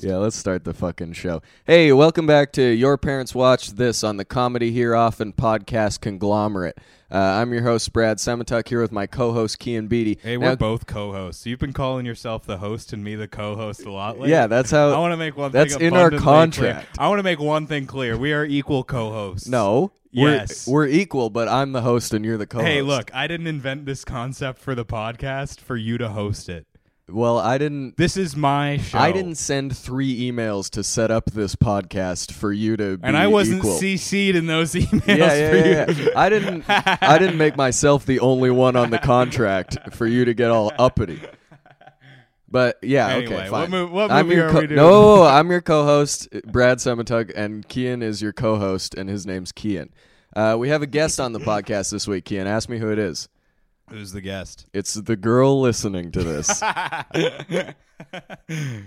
podcast. Yeah, let's start the fucking show. Hey, welcome back to Your Parents Watch This on the Comedy Here Often podcast conglomerate. Uh, I'm your host, Brad Semetuk, here with my co host, Kian Beatty. Hey, we're Now- both co-hosts. You've been calling yourself the host and me the co-host a lot lately. Yeah, that's how. I want to make one. That's thing in our abundantly contract. Clear. I want to make one thing clear: we are equal co-hosts. No. we're- Yes. We're, equal, but I'm the host and you're the co host. Hey, look, I didn't invent this concept for the podcast for you to host it. Well, I didn't. This is my show. I didn't send three emails to set up this podcast for you to be and I wasn't equal. CC'd in those emails yeah, yeah, for you. yeah, yeah. I didn't. I didn't make myself the only one on the contract for you to get all uppity. But yeah, Anyway, okay, what fine. mo- what I'm movie your are co- we doing? no, I'm your co-host Brad Sematug, and Kian is your co-host, and his name's Kian. Uh, we have a guest on the podcast this week. Kian, ask me who it is. Who's the guest? It's the girl listening to this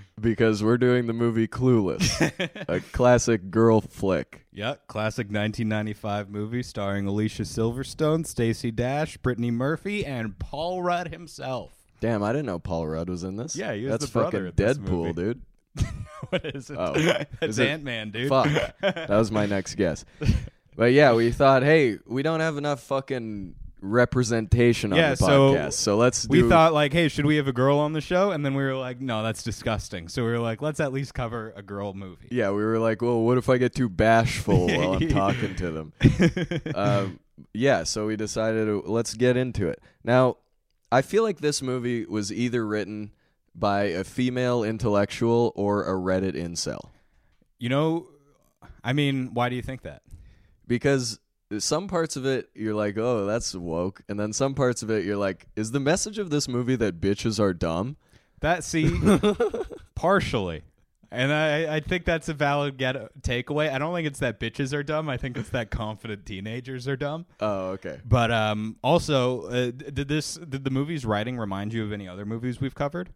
because we're doing the movie Clueless, a classic girl flick. Yeah, classic 1995 movie starring Alicia Silverstone, Stacey Dash, Brittany Murphy, and Paul Rudd himself. Damn, I didn't know Paul Rudd was in this. Yeah, he was that's the brother fucking in this Deadpool, movie. dude. what is it? Oh. Is That's it- Ant Man, dude. Fuck. that was my next guess. But yeah, we thought, hey, we don't have enough fucking representation on Yeah, the so podcast, so let's We do. thought like, hey, should we have a girl on the show? And then we were like, no, that's disgusting. So we were like, let's at least cover a girl movie. yeah, we were like, well, what if I get too bashful while I'm talking to them? um, yeah, so we decided to, let's get into it. Now, I feel like this movie was either written by a female intellectual or a Reddit incel. you know, I mean, why do you think that? because some parts of it you're like, oh, that's woke, and then some parts of it you're like, is the message of this movie that bitches are dumb? That see, partially. And I, I think that's a valid get takeaway. I don't think it's that bitches are dumb. I think it's that confident teenagers are dumb. Oh, okay. But um, also, uh, d- did this did the movie's writing remind you of any other movies we've covered?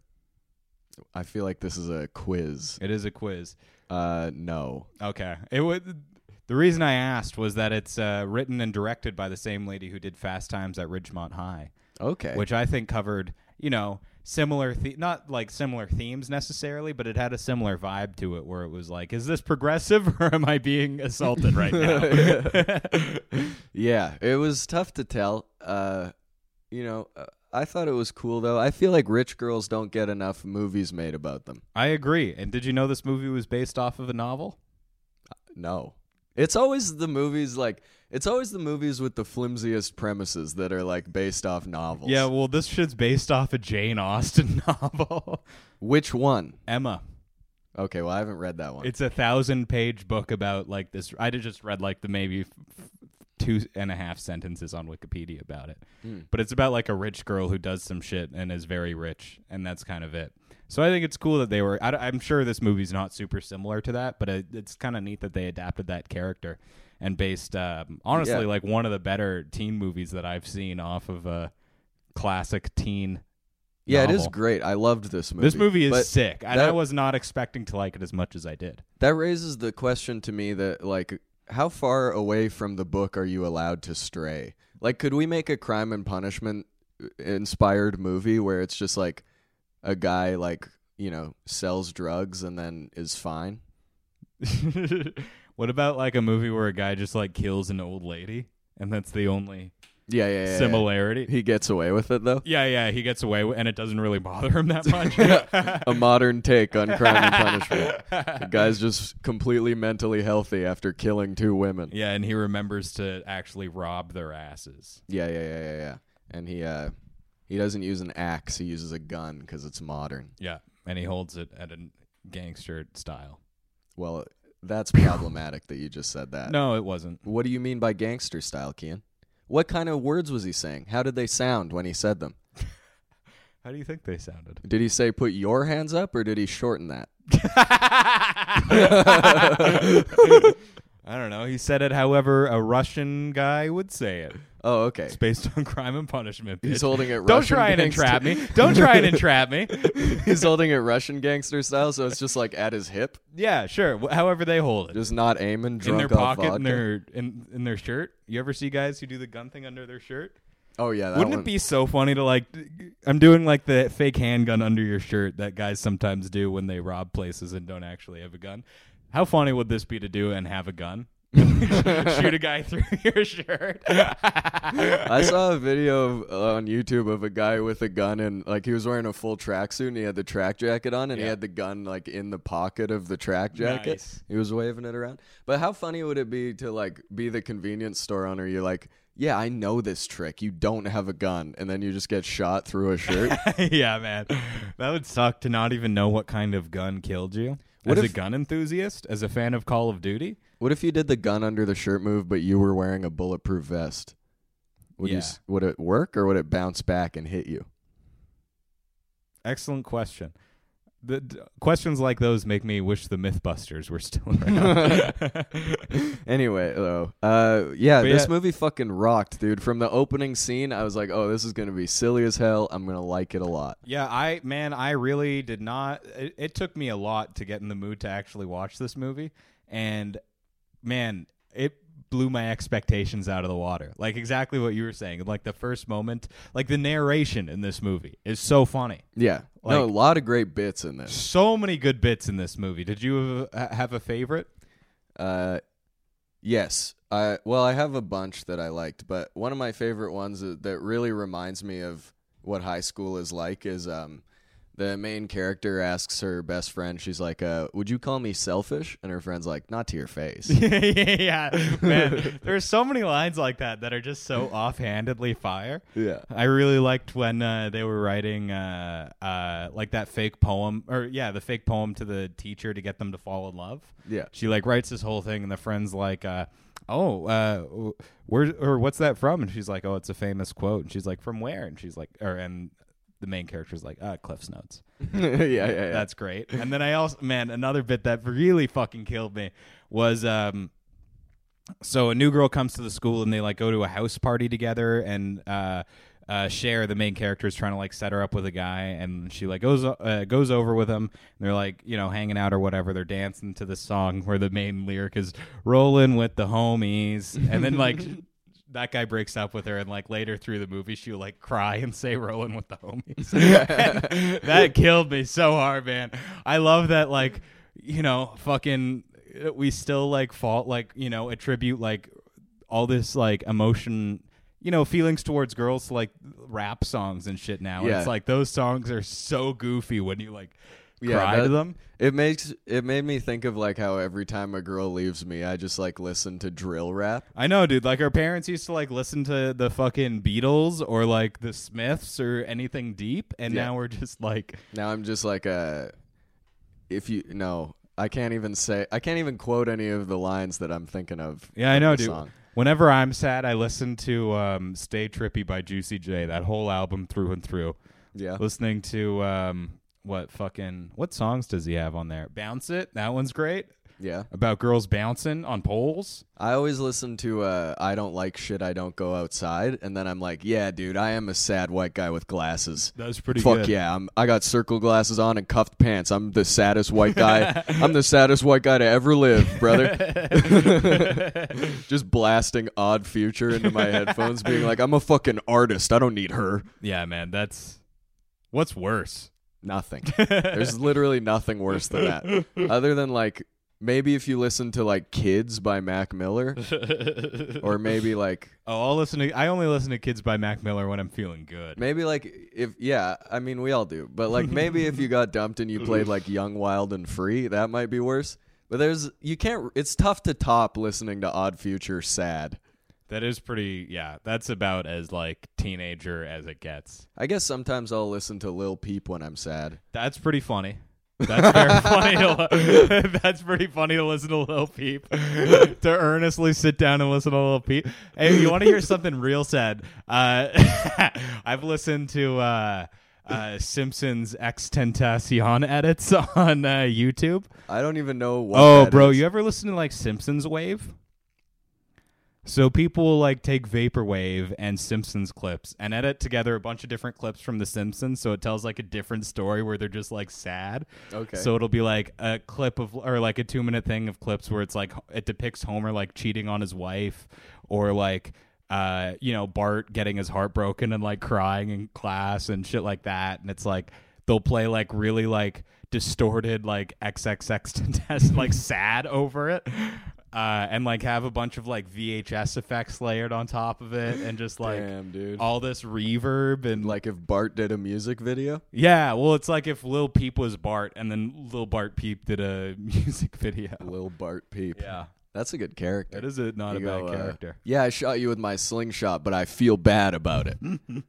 I feel like this is a quiz. It is a quiz. Uh, no. Okay. It would. The reason I asked was that it's uh, written and directed by the same lady who did Fast Times at Ridgemont High, Okay. which I think covered, you know, similar the- not like similar themes necessarily, but it had a similar vibe to it where it was like, is this progressive or am I being assaulted right now? yeah, it was tough to tell. Uh, you know, uh, I thought it was cool though. I feel like rich girls don't get enough movies made about them. I agree. And did you know this movie was based off of a novel? No. It's always the movies like it's always the movies with the flimsiest premises that are like based off novels. Yeah, well, this shit's based off a Jane Austen novel. Which one? Emma. Okay, well I haven't read that one. It's a thousand page book about like this. I did just read like the maybe f- f- two and a half sentences on Wikipedia about it. Hmm. But it's about like a rich girl who does some shit and is very rich, and that's kind of it. So I think it's cool that they were. I, am sure this movie's not super similar to that, but it, it's kind of neat that they adapted that character and based, um, honestly, Yeah. like one of the better teen movies that I've seen off of a classic teen. Yeah, it is novel. great. I loved this movie. This movie is But sick, and I that- was not expecting to like it as much as I did. That raises the question to me that like how far away from the book are you allowed to stray? Like could we make a crime and punishment uh, inspired movie where it's just like a guy like, you know, sells drugs and then is fine? what about like a movie where a guy just like kills an old lady and that's the only Yeah, yeah, yeah. yeah. similarity? He gets away with it though. Yeah, yeah, he gets away with, and it doesn't really bother him that much. A modern take on crime and punishment. The guy's just completely mentally healthy after killing two women. yeah, and he remembers to actually rob their asses. Yeah, yeah, yeah, yeah, yeah. And he uh he doesn't use an axe, he uses a gun cuz it's modern. Yeah, and he holds it at a gangster style. Well, that's problematic that you just said that. No, it wasn't. What do you mean by gangster style, Kian? What kind of words was he saying? How did they sound when he said them? How do you think they sounded? Did he say put your hands up or did he shorten that? I don't know. He said it however a Russian guy would say it. Oh, okay. It's based on crime and punishment. He's bitch. holding it Don't Russian try and gangster- entrap me. Don't try and entrap me. He's holding it Russian gangster style, so it's just like at his hip, Yeah, sure. Wh- However they hold it. just not aiming, in drunk their off pocket, vodka. in their in, in their shirt. You ever see guys who do the gun thing under their shirt? Oh yeah, that Wouldn't one- it be so funny to like? I'm doing like the fake handgun under your shirt that guys sometimes do when they rob places and don't actually have a gun. How funny would this be to do and have a gun? Shoot a guy through your shirt. I saw a video of, uh, on YouTube of a guy with a gun and like he was wearing a full tracksuit and he had the track jacket on and he Yeah. had the gun like in the pocket of the track jacket. Nice. He was waving it around. But how funny would it be to like be the convenience store owner? You're like, yeah, I know this trick. You don't have a gun, and then you just get shot through a shirt. yeah, man, that would suck to not even know what kind of gun killed you. What as if- a gun enthusiast, as a fan of Call of Duty, what if you did the gun under the shirt move, but you were wearing a bulletproof vest? Would you Yeah. s- would it work or would it bounce back and hit you? excellent question. The d- questions like those make me wish the MythBusters were still around. Anyway, though, uh, yeah, But this yeah- movie fucking rocked, dude. From the opening scene, I was like, "Oh, this is gonna be silly as hell. I'm gonna like it a lot." Yeah, I man, I really did not. It, it took me a lot to get in the mood to actually watch this movie, and man, it blew my expectations out of the water. Like exactly what you were saying. Like the first moment, like the narration in this movie is so funny. Yeah, no, a Like- lot of great bits in this. So many good bits in this movie. Did you uh, have a favorite? Uh, yes, I well, I have a bunch that I liked, but one of my favorite ones that that really reminds me of what high school is like is um. The main character asks her best friend, she's like, uh, would you call me selfish? And her friend's like, not to your face. yeah, man. There's so many lines like that that are just so offhandedly fire. yeah. I really liked when uh, they were writing uh, uh, like that fake poem, or yeah, the fake poem to the teacher to get them to fall in love. Yeah. She like writes this whole thing, and the friend's like, uh, "Oh, uh, w- where or what's that from?" And she's like, "Oh, it's a famous quote." And she's like, "From where?" And she's like, or and the main character's like, uh, "Cliff's Notes." yeah, yeah, yeah. That's great. And then I also, man, another bit that really fucking killed me was um, so a new girl comes to the school and they like go to a house party together and uh, uh, Cher, the main character, is trying to like set her up with a guy and she like goes uh, goes over with him. And they're like you know hanging out or whatever. They're dancing to this song where the main lyric is "Rolling with the homies," and then like. That guy breaks up with her, and like later through the movie, she'll like cry and say "rolling with the homies." And that killed me so hard, man. I love that, like you know, fucking. uh, We still like fault, like you know, attribute like all this like emotion you know feelings towards girls to, like rap songs and shit now and Yeah. it's like those songs are so goofy when you like Yeah, cry that- to them It makes it made me think of like how every time a girl leaves me, I just like listen to drill rap. i know dude like our parents used to like listen to the fucking beatles or like the smiths or anything deep and Yeah. now we're just like Now I'm just like a if you no, I can't even say I can't even quote any of the lines that I'm thinking of. yeah i know the dude song. whenever i'm sad i listen to um stay trippy by juicy j that whole album through and through Yeah. listening to um what fucking what songs does he have on there bounce it that one's great Yeah. about girls bouncing on poles. I always listen to uh I don't like shit I don't go outside and then I'm like, yeah, dude, I am a sad white guy with glasses. That was pretty Fuck good. yeah, I'm I got circle glasses on and cuffed pants. I'm the saddest white guy. I'm the saddest white guy to ever live, brother. just blasting odd future into my headphones being like i'm a fucking artist i don't need her yeah, man. That's what's worse. nothing there's literally nothing worse than that other than like maybe if you listen to like kids by mac miller oh, or maybe like I'll listen to. I only listen to Kids by Mac Miller when I'm feeling good. maybe like if yeah i mean we all do but like maybe if you got dumped and you played like young wild and free that might be worse but there's you can't it's tough to top listening to odd future sad That is pretty. Yeah, that's about as like teenager as it gets. i guess sometimes i'll listen to lil peep when i'm sad That's pretty funny. That's very funny. To li- That's pretty funny to listen to Lil Peep. to earnestly sit down and listen to Lil Peep. Hey, you want to hear something real sad? Uh, I've listened to uh, uh, Simpsons X Tentacion edits on uh, YouTube. i don't even know what Oh, that bro, is. you ever listen to like Simpsons Wave? So people will like take Vaporwave and Simpsons clips and edit together a bunch of different clips from The Simpsons, so it tells like a different story where they're just like sad. Okay. So it'll be like a clip of or like a two minute thing of clips where it's like it depicts Homer like cheating on his wife or like uh, you know, Bart getting his heart broken and like crying in class and shit like that. And it's like they'll play like really like distorted like XXX test like sad over it. Uh, and like have a bunch of like VHS effects layered on top of it and just like Damn, dude. all this reverb and like if Bart did a music video. yeah, well it's like if Lil Peep was Bart and then Lil Bart Peep did a music video. Lil Bart Peep. Yeah. That's a good character. That is a, not a You bad go, uh, character. yeah, I shot you with my slingshot, but I feel bad about it. Mm.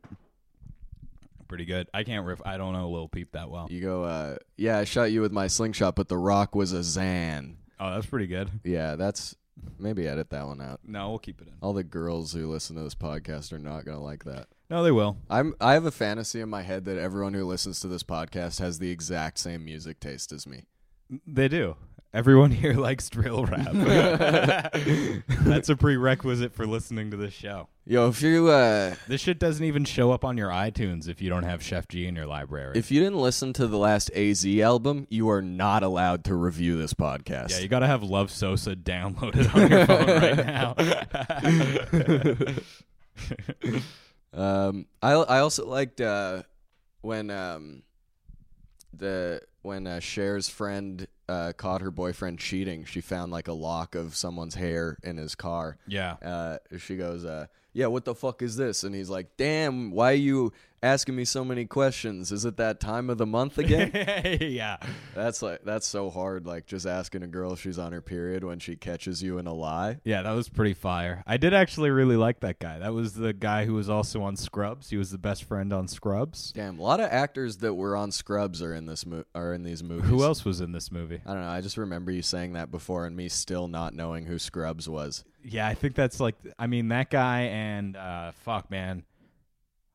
Pretty good. I can't riff. I don't know Lil Peep that well. You go, uh, yeah, I shot you with my slingshot, but the rock was a Zan. Oh, that's pretty good. Yeah, that's maybe edit that one out. No, we'll keep it in. All the girls who listen to this podcast are not gonna like that. No, they will. I'm I have a fantasy in my head that everyone who listens to this podcast has the exact same music taste as me. They do. Everyone here likes drill rap. That's a prerequisite for listening to this show. Yo, if you uh This shit doesn't even show up on your iTunes if you don't have Chef G in your library. if you didn't listen to the last AZ album, you are not allowed to review this podcast. yeah, you gotta have Love Sosa downloaded on your phone right now. Um, I I also liked uh, when um, the when uh, Cher's friend uh, caught her boyfriend cheating. She found like a lock of someone's hair in his car. yeah. Uh, she goes, uh, "Yeah, what the fuck is this?" And he's like, "Damn, why are you asking me so many questions? Is it that time of the month again?" yeah. that's like that's so hard. Like just asking a girl if she's on her period when she catches you in a lie. Yeah, that was pretty fire. I did actually really like that guy. That was the guy who was also on Scrubs. He was the best friend on Scrubs. Damn, a lot of actors that were on Scrubs are in this mo- are in these movies. Who else was in this movie? I don't know. I just remember you saying that before and me still not knowing who Scrubs was. Yeah, I think that's like I mean that guy and uh fuck man.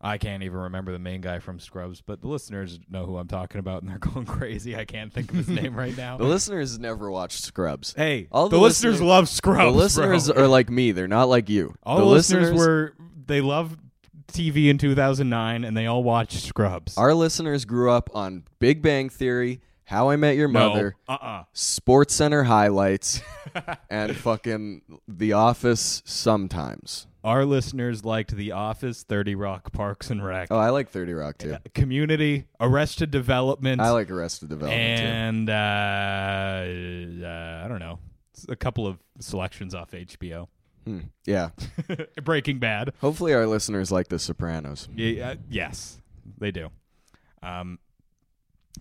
I can't even remember the main guy from Scrubs, but the listeners know who I'm talking about and they're going crazy. I can't think of his name right now. The listeners never watched Scrubs. hey, all the, the listeners, listeners- love Scrubs. the listeners Oh, bro. are like me. They're not like you. all the, listeners, were they love TV in 2009 and they all watched Scrubs. Our listeners grew up on Big Bang Theory, How I Met Your no, Mother, uh-uh. Sports Center highlights, and fucking The Office sometimes. Our listeners liked The Office, 30 Rock, Parks and Rec, Oh, Uh, I like 30 Rock too. Community, Arrested Development, I like Arrested Development too. and uh, uh, I don't know, It's a couple of selections off HBO. Hmm. Yeah. Breaking Bad. Hopefully our listeners like The Sopranos. Yeah, uh, yes, they do. Um,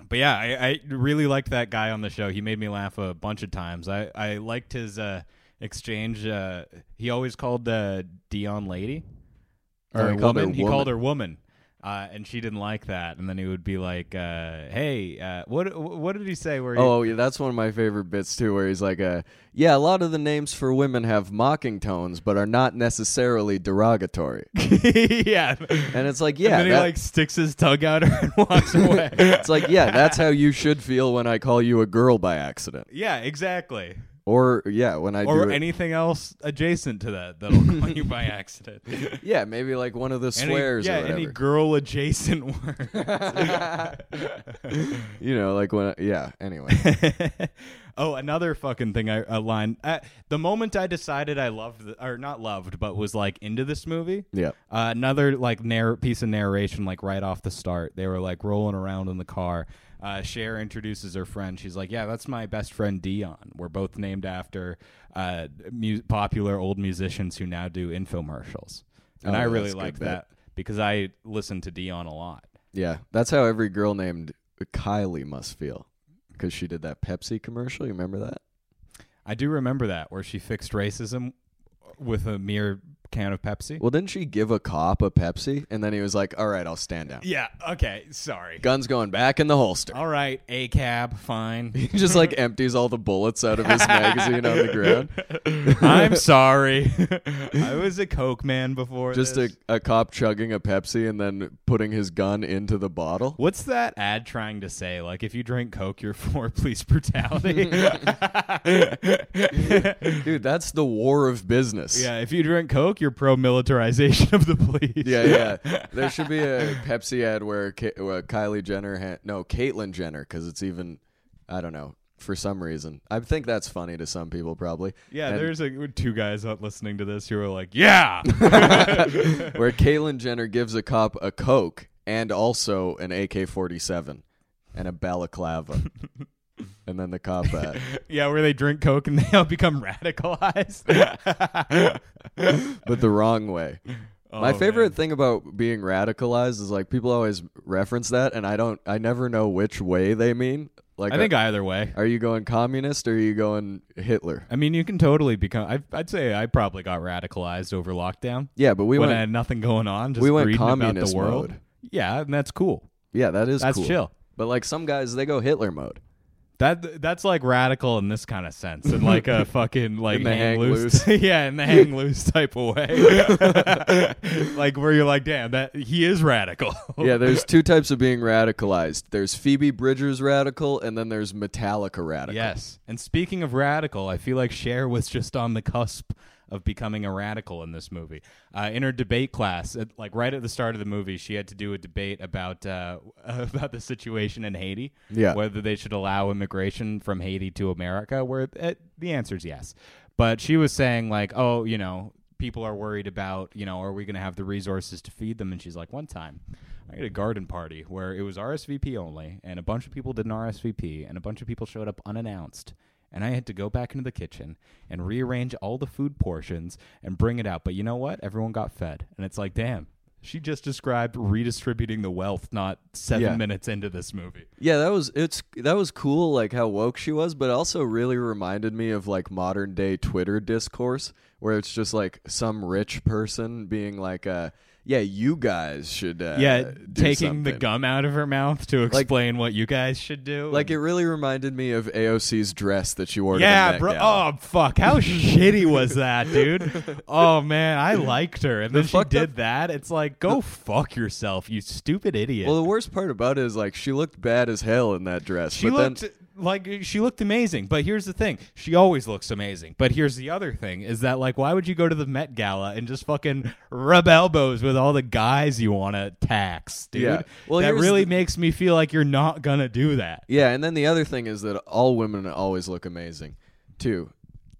but yeah, I, I really liked that guy on the show. He made me laugh a bunch of times. I, I liked his uh, exchange. Uh, he always called uh, Dion lady No, or he woman. called her He woman. called her woman. Uh, and she didn't like that, and then he would be like, uh, "Hey, uh, what what did he say?" Where he, Oh yeah, that's one of my favorite bits too, where he's like, uh, "Yeah, a lot of the names for women have mocking tones, but are not necessarily derogatory." yeah, And it's like, yeah, and then he that- like sticks his tongue out and walks away. it's like, yeah, that's how you should feel when I call you a girl by accident, yeah, exactly. or yeah, when I or do it- anything else adjacent to that that'll call you by accident. yeah, maybe like one of the Any- swears yeah, or whatever. any girl adjacent word. you know, like when I, yeah. Anyway, oh, another fucking thing. I a line. Uh, the moment I decided I loved, the, or not loved, but was like into this movie. yeah, Uh, another like narr- piece of narration, like right off the start, they were like rolling around in the car. Uh, Cher introduces her friend. She's like, "Yeah, that's my best friend Dion. We're both named after uh, mu- popular old musicians who now do infomercials." And Oh, I yeah, really that's a good like bit. that because I listen to Dion a lot. yeah. That's how every girl named Kylie must feel because she did that Pepsi commercial. You remember that? I do remember that where she fixed racism with a mere can of Pepsi. Well, didn't she give a cop a Pepsi? And then he was like, all right, I'll stand down. yeah. Okay. Sorry. Gun's going back in the holster. All right. A cab. Fine. He just like empties all the bullets out of his magazine on the ground. I'm sorry. I was a Coke man before. Just a, this. a cop chugging a Pepsi and then putting his gun into the bottle. What's that ad trying to say? Like, if you drink Coke, you're for police brutality. Dude, that's the war of business. yeah, if you drink Coke, you're pro militarization of the police. Yeah, yeah. There should be a Pepsi ad where, Ki- where Kylie Jenner, ha- no, Caitlyn Jenner, because it's even, I don't know, for some reason. I think that's funny to some people, probably. Yeah, And- there's like two guys out listening to this who are like, yeah. Where Caitlyn Jenner gives a cop a Coke and also an AK 47 and a balaclava. and then the cop uh, yeah, where they drink coke and they all become radicalized. but the wrong way. My Oh, favorite man. thing about being radicalized is like people always reference that, and I don't, I never know which way they mean. Like, I think either way. are you going communist or are you going Hitler? I mean, you can totally become. I, I'd say I probably got radicalized over lockdown Yeah, but we when I went, had nothing going on. Just we went reading about communist the world. mode. Yeah, and that's cool. Yeah, that is That's cool. chill. But like some guys, they go Hitler mode. That that's like radical in this kind of sense, in like a fucking like In the hang yeah, in the hang loose type of way, like where you're like, damn, that he is radical. yeah, there's two types of being radicalized. There's Phoebe Bridgers radical, and then there's Metallica radical. Yes. And speaking of radical, I feel like Cher was just on the cusp of becoming a radical in this movie. Uh, in her debate class, at, like right at the start of the movie, she had to do a debate about uh, about the situation in Haiti. Yeah. Whether they should allow immigration from Haiti to America, where it, the answer is yes. But she was saying like, oh, you know, people are worried about, you know, are we going to have the resources to feed them? And she's like, one time I had a garden party where it was RSVP only, and a bunch of people didn't RSVP, and a bunch of people showed up unannounced. And I had to go back into the kitchen and rearrange all the food portions and bring it out. But you know what? Everyone got fed. And it's like, damn, she just described redistributing the wealth not seven Yeah. minutes into this movie. Yeah, that was it's that was cool, like how woke she was, but also really reminded me of like modern day Twitter discourse, where it's just like some rich person being like, uh, "Yeah, you guys should." Uh, yeah, do taking the something." gum out of her mouth to explain what you guys should do. Like it and- really reminded me of AOC's dress that she wore. to the yeah, Met bro. Gala. Oh, fuck. How shitty was that, dude? Oh man, I liked her, and then she fucked did up- that. It's like, go fuck yourself, you stupid idiot. Well, the worst part about it is like she looked bad as hell in that dress. She but looked Then, like she looked amazing, but here's the thing: she always looks amazing. But here's the other thing: is that like, why would you go to the Met Gala and just fucking rub elbows with all the guys you want to tax, dude? Yeah. Well, that here's really the- makes me feel like you're not gonna do that. yeah, and then the other thing is that all women always look amazing, too.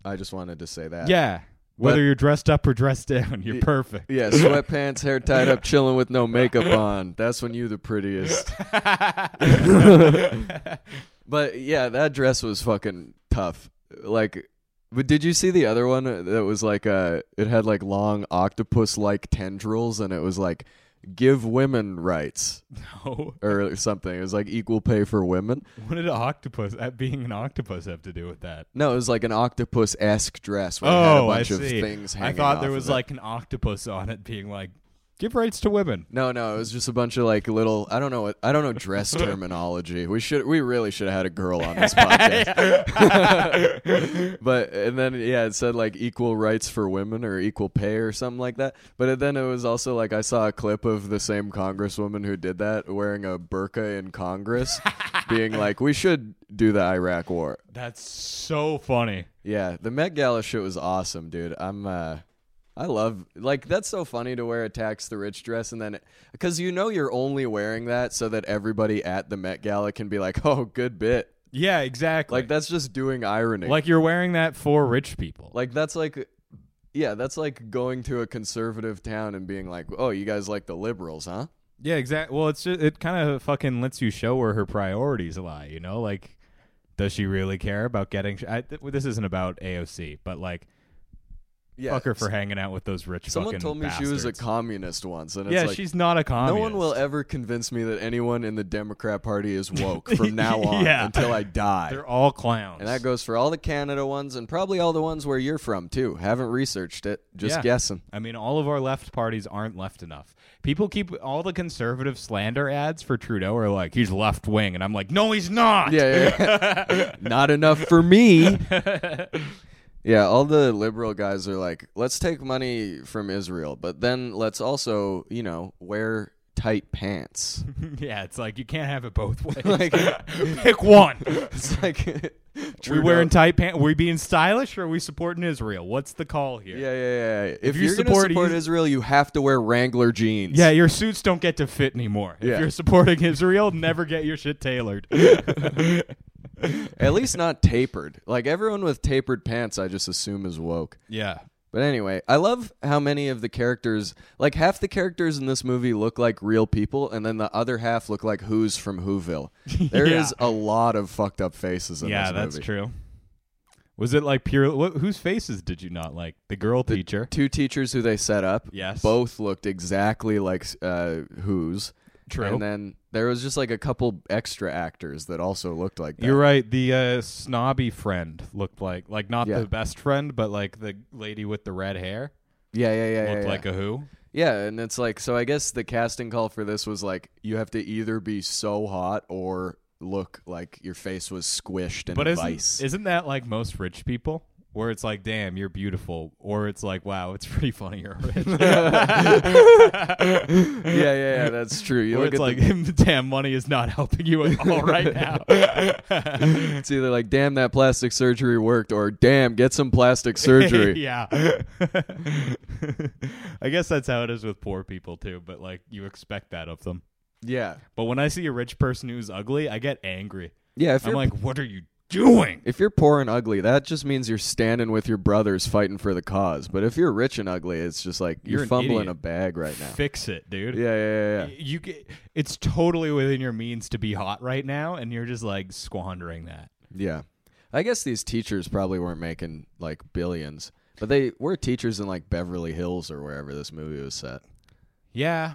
I just wanted to say that. Yeah, whether But- you're dressed up or dressed down, you're perfect. Yeah, sweatpants, hair tied up, chilling with no makeup on. That's when you the prettiest. but yeah, that dress was fucking tough. Like, but did you see the other one that was like uh It had like long octopus-like tendrils, and it was like, "Give women rights" No. or something. It was like equal pay for women. What did an octopus, uh, being an octopus, have to do with that? No, it was like an octopus-esque dress. Where it had a Oh, I bunch of see. things. I hanging thought there off was of it. like an octopus on it, being like, "Give rights to women." No, no, it was just a bunch of like little. I don't know. what- I don't know dress terminology. We should. We really should have had a girl on this podcast. but and then yeah, it said like equal rights for women or equal pay or something like that. But then it was also like I saw a clip of the same congresswoman who did that wearing a burqa in Congress, being like, "We should do the Iraq War." That's so funny. Yeah, the Met Gala shit was awesome, dude. I'm uh I love like that's so funny to wear a tax the rich dress and then cuz you know you're only wearing that so that everybody at the Met Gala can be like, "Oh, good bit." Yeah, exactly. Like that's just doing irony. Like you're wearing that for rich people. like that's like yeah, that's like going to a conservative town and being like, "Oh, you guys like the liberals, huh?" yeah, exactly. Well, it's just, it kind of fucking lets you show where her priorities lie. You know, like does she really care about getting? Sh- I, th- well, this isn't about AOC, but like Yeah. fuck her for hanging out with those rich. Someone fucking told me she was a bastards. communist once, and it's Yeah, like she's not a no communist. one will ever convince me that anyone in the Democrat Party is woke from now on Yeah. until I die. They're all clowns. And that goes for all the Canada ones and probably all the ones where you're from too. Haven't researched it, just Yeah. guessing. I mean, all of our left parties aren't left enough. People keep all the conservative slander ads for Trudeau are like he's left wing, and I'm like, no, he's not. Yeah, yeah, yeah. not enough for me. yeah, all the liberal guys are like, let's take money from Israel, but then let's also, you know, wear tight pants. Yeah, it's like you can't have it both ways. Pick one. It's like we wearing tight pants. We being stylish, or are we supporting Israel? What's the call here? Yeah, yeah, yeah. If, you you are support support, support Is- Israel, you have to wear Wrangler jeans. Yeah, your suits don't get to fit anymore. Yeah. If you're supporting Israel, never get your shit tailored. At least not tapered. Like everyone with tapered pants, I just assume is woke. Yeah. But anyway, I love how many of the characters, like half the characters in this movie, look like real people, and then the other half look like who's from Whoville. There is Yeah. a lot of fucked up faces in yeah, this movie. that's true. Was it like pure? What, whose faces did you not like? The girl teacher. Two teachers who they set up, Yes. both looked exactly like uh, who's. True. And then there was just like a couple extra actors that also looked like that. You're right. The uh, snobby friend looked like like not Yeah. the best friend, but like the lady with the red hair Yeah, yeah, yeah. looked yeah, like yeah. a who. yeah, and it's like so. I guess the casting call for this was like you have to either be so hot or look like your face was squished in But a isn't vice. isn't that like most rich people? Where it's like, damn, you're beautiful, or it's like, wow, it's pretty funny you're rich. yeah, yeah, yeah, that's true. You Where look it's at like, the, damn, money is not helping you at all right now. it's either like damn that plastic surgery worked or damn get some plastic surgery. yeah. I guess that's how it is with poor people too, but like you expect that of them. yeah. But when I see a rich person who's ugly, I get angry. Yeah, if I'm you're like, what are you doing? if you're poor and ugly, that just means you're standing with your brothers fighting for the cause. But if you're rich and ugly, it's just like You're you're, an fumbling idiot. a bag right now. Fix it, dude. Yeah, yeah, yeah, yeah. You get, it's totally within your means to be hot right now, and you're just like squandering that. Yeah. I guess these teachers probably weren't making like billions, but they were teachers in like Beverly Hills or wherever this movie was set. Yeah,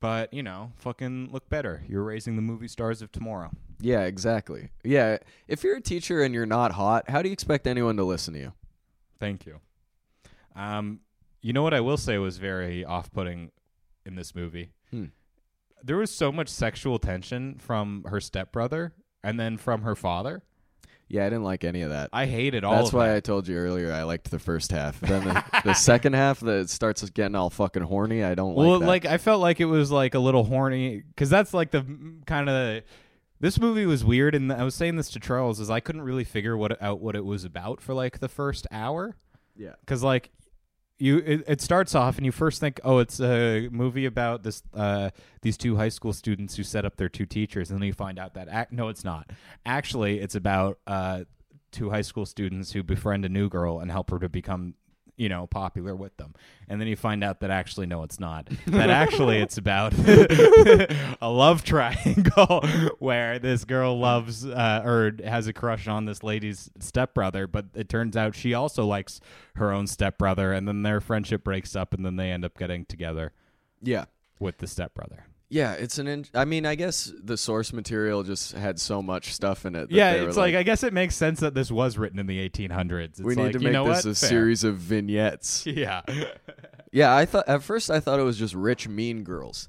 but you know, fucking look better. You're raising the movie stars of tomorrow. Yeah, exactly. Yeah, if you're a teacher and you're not hot, how do you expect anyone to listen to you? Thank you. Um, you know what I will say was very off-putting in this movie. Hmm. There was so much sexual tension from her stepbrother and then from her father. Yeah, I didn't like any of that. I hated all That's of why that. I told you earlier I liked the first half. Then the, the second half that it starts getting all fucking horny. I don't well, like that. like I felt like it was like a little horny because that's like the kind of this movie was weird, and I was saying this to Charles is I couldn't really figure what out what it was about for like the first hour. Yeah. because like you it, it starts off and you first think oh it's a movie about this uh these two high school students who set up their two teachers and then you find out that act no it's not actually it's about uh two high school students who befriend a new girl and help her to become you know popular with them and then you find out that actually no it's not that actually it's about a love triangle where this girl loves uh, or has a crush on this lady's stepbrother but it turns out she also likes her own stepbrother and then their friendship breaks up and then they end up getting together yeah. with the stepbrother Yeah, it's an. In- I mean, I guess the source material just had so much stuff in it. That yeah they were it's like, i guess it makes sense that this was written in the 1800s it's we need like, to you make know this what? a Fair. series of vignettes. yeah yeah, I thought at first I thought it was just rich mean girls,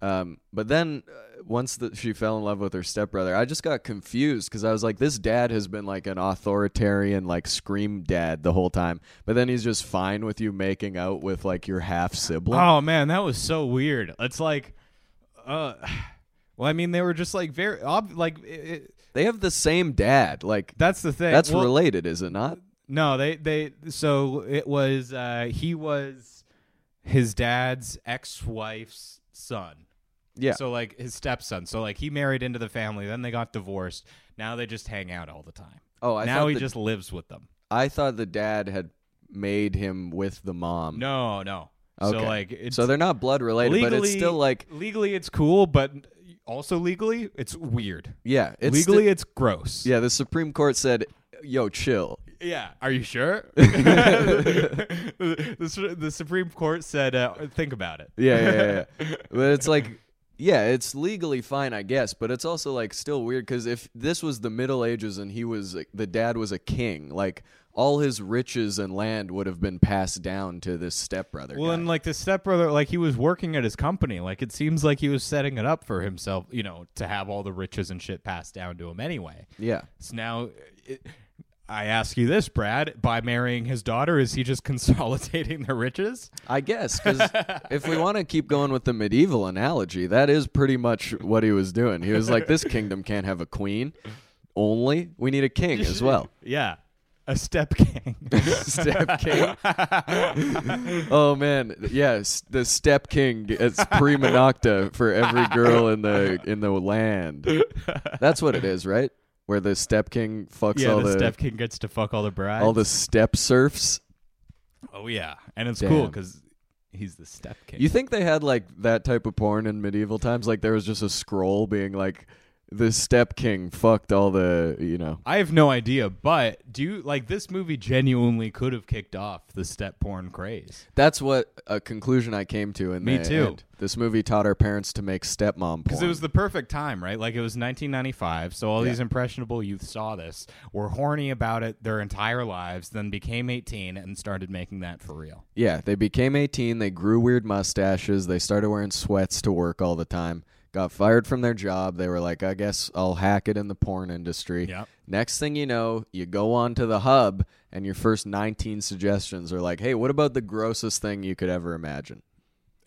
um, but then uh, once the, she fell in love with her stepbrother, I just got confused because I was like, this dad has been like an authoritarian, like scream dad the whole time, but then he's just fine with you making out with like your half sibling. Oh man, that was so weird. It's like, uh, well, I mean, they were just like very ob- like it, it- They have the same dad. Like that's the thing. that's Well, related, is it not? no, they they so it was uh he was his dad's ex wife's son. Yeah. So like his stepson. So like he married into the family. Then they got divorced. Now they just hang out all the time. oh, I now thought he the just lives with them. I thought the dad had made him with the mom. No, no. So Okay. like it's, so they're not blood related, legally, but it's still like legally it's cool, but also legally it's weird. yeah, it's legally sti- it's gross. yeah. The Supreme Court said, "Yo, chill." Yeah. Are you sure? the, Su- the Supreme Court said, uh, think about it. Yeah, yeah, yeah. yeah. but it's like, yeah, it's legally fine, I guess, but it's also like still weird because if this was the Middle Ages and he was the dad was a king, like all his riches and land would have been passed down to this stepbrother. Well, guy. and like the stepbrother, like he was working at his company. Like it seems like he was setting it up for himself, you know, to have all the riches and shit passed down to him anyway. yeah. So now, uh, it, I ask you this, Brad: by marrying his daughter, is he just consolidating the riches? I guess because if we want to keep going with the medieval analogy, that is pretty much what he was doing. He was like, "This kingdom can't have a queen. Only we need a king as well." Yeah, a step king. Step king. oh man, yes, the step king gets prima nocta for every girl in the in the land. That's what it is, right? where the step king fucks yeah, all the, the, Step King gets to fuck all the brides. all the step surfs. oh yeah, and it's cool Damn. because he's the Step King. You think they had like that type of porn in medieval times? Like there was just a scroll being like, the step king fucked all the you know. I have no idea, but do you like this movie? Genuinely could have kicked off the step porn craze. That's what a conclusion I came to. In Me the too. end. This movie taught our parents to make stepmom porn. Because it was the perfect time, right? Like it was 1995, so all Yeah. these impressionable youth saw this, were horny about it their entire lives, then became 18 and started making that for real. Yeah, they became 18. They grew weird mustaches. They started wearing sweats to work all the time. Got fired from their job. They were like, I guess I'll hack it in the porn industry. Yep. Next thing you know, you go on to the hub, and your first 19 suggestions are like, hey, what about the grossest thing you could ever imagine?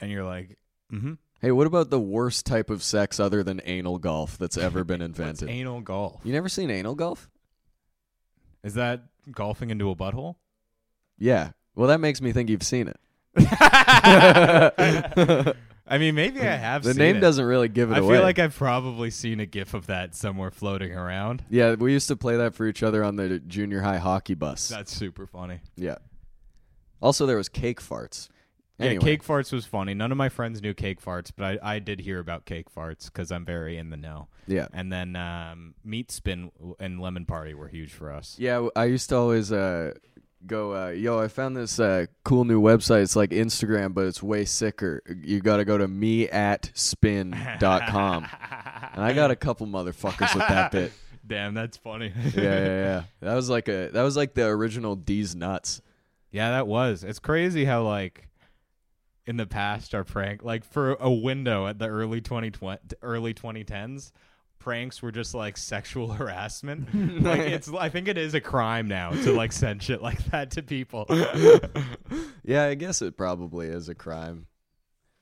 And you're like, mm-hmm. Hey, what about the worst type of sex other than anal golf that's ever been What's invented? anal golf? you never seen anal golf? Is that golfing into a butthole? Yeah. Well, that makes me think you've seen it. I mean, maybe I have. the seen name it. doesn't really give it I away. feel like I've probably seen a gif of that somewhere floating around. Yeah, we used to play that for each other on the junior high hockey bus. That's super funny. yeah. Also, there was cake farts. Anyway, Yeah, cake farts was funny. None of my friends knew cake farts, but I, I did hear about cake farts because I'm very in the know. Yeah. And then um, meat spin w- and lemon party were huge for us. Yeah, w- I used to always uh, go, uh, yo, I found this uh, cool new website. It's like Instagram, but it's way sicker. You got to go to me at spin.com. and I got a couple motherfuckers with that bit. Damn, that's funny. Yeah, yeah, yeah. That was like a that was like the original D's nuts. Yeah, that was. It's crazy how like in the past our prank like for a window at the early 2020 early 2010s pranks were just like sexual harassment. like it's I think it is a crime now to like send shit like that to people. Yeah, I guess it probably is a crime.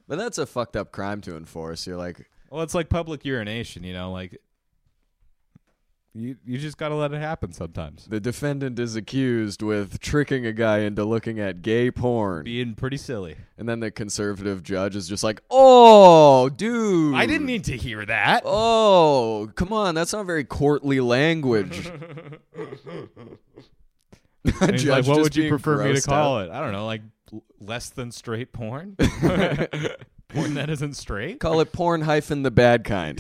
But that's a fucked up crime to enforce. You're like, Well, it's like public urination, you know, like you you just gotta let it happen sometimes. The defendant is accused with tricking a guy into looking at gay porn. Being pretty silly. And then the conservative judge is just like, "Oh, dude. I didn't e- need to hear that. Oh, come on. That's not very courtly language." And he's like, what would you prefer me to call it? I don't know, like l- less than straight porn? porn that isn't straight? Call it porn hyphen the bad kind.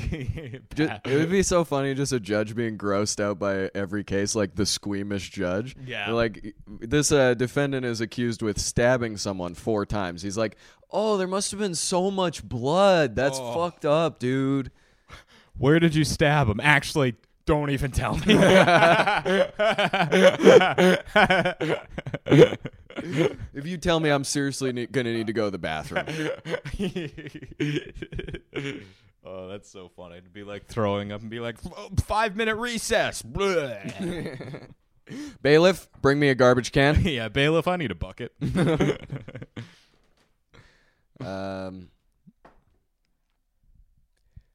Ju- Bad. it would be so funny just a judge being grossed out by every case, like the squeamish judge. Yeah. They're Like this uh, defendant is accused with stabbing someone four times. He's like, "Oh, there must have been so much blood. That's Oh. fucked up, dude." Where did you stab him? Actually, don't even tell me. If you tell me, I'm seriously ne- gonna need to go to the bathroom. oh, that's so funny. To be like throwing up and be like, five minute recess. Bleh. Bailiff, bring me a garbage can. yeah, bailiff, I need a bucket. Um,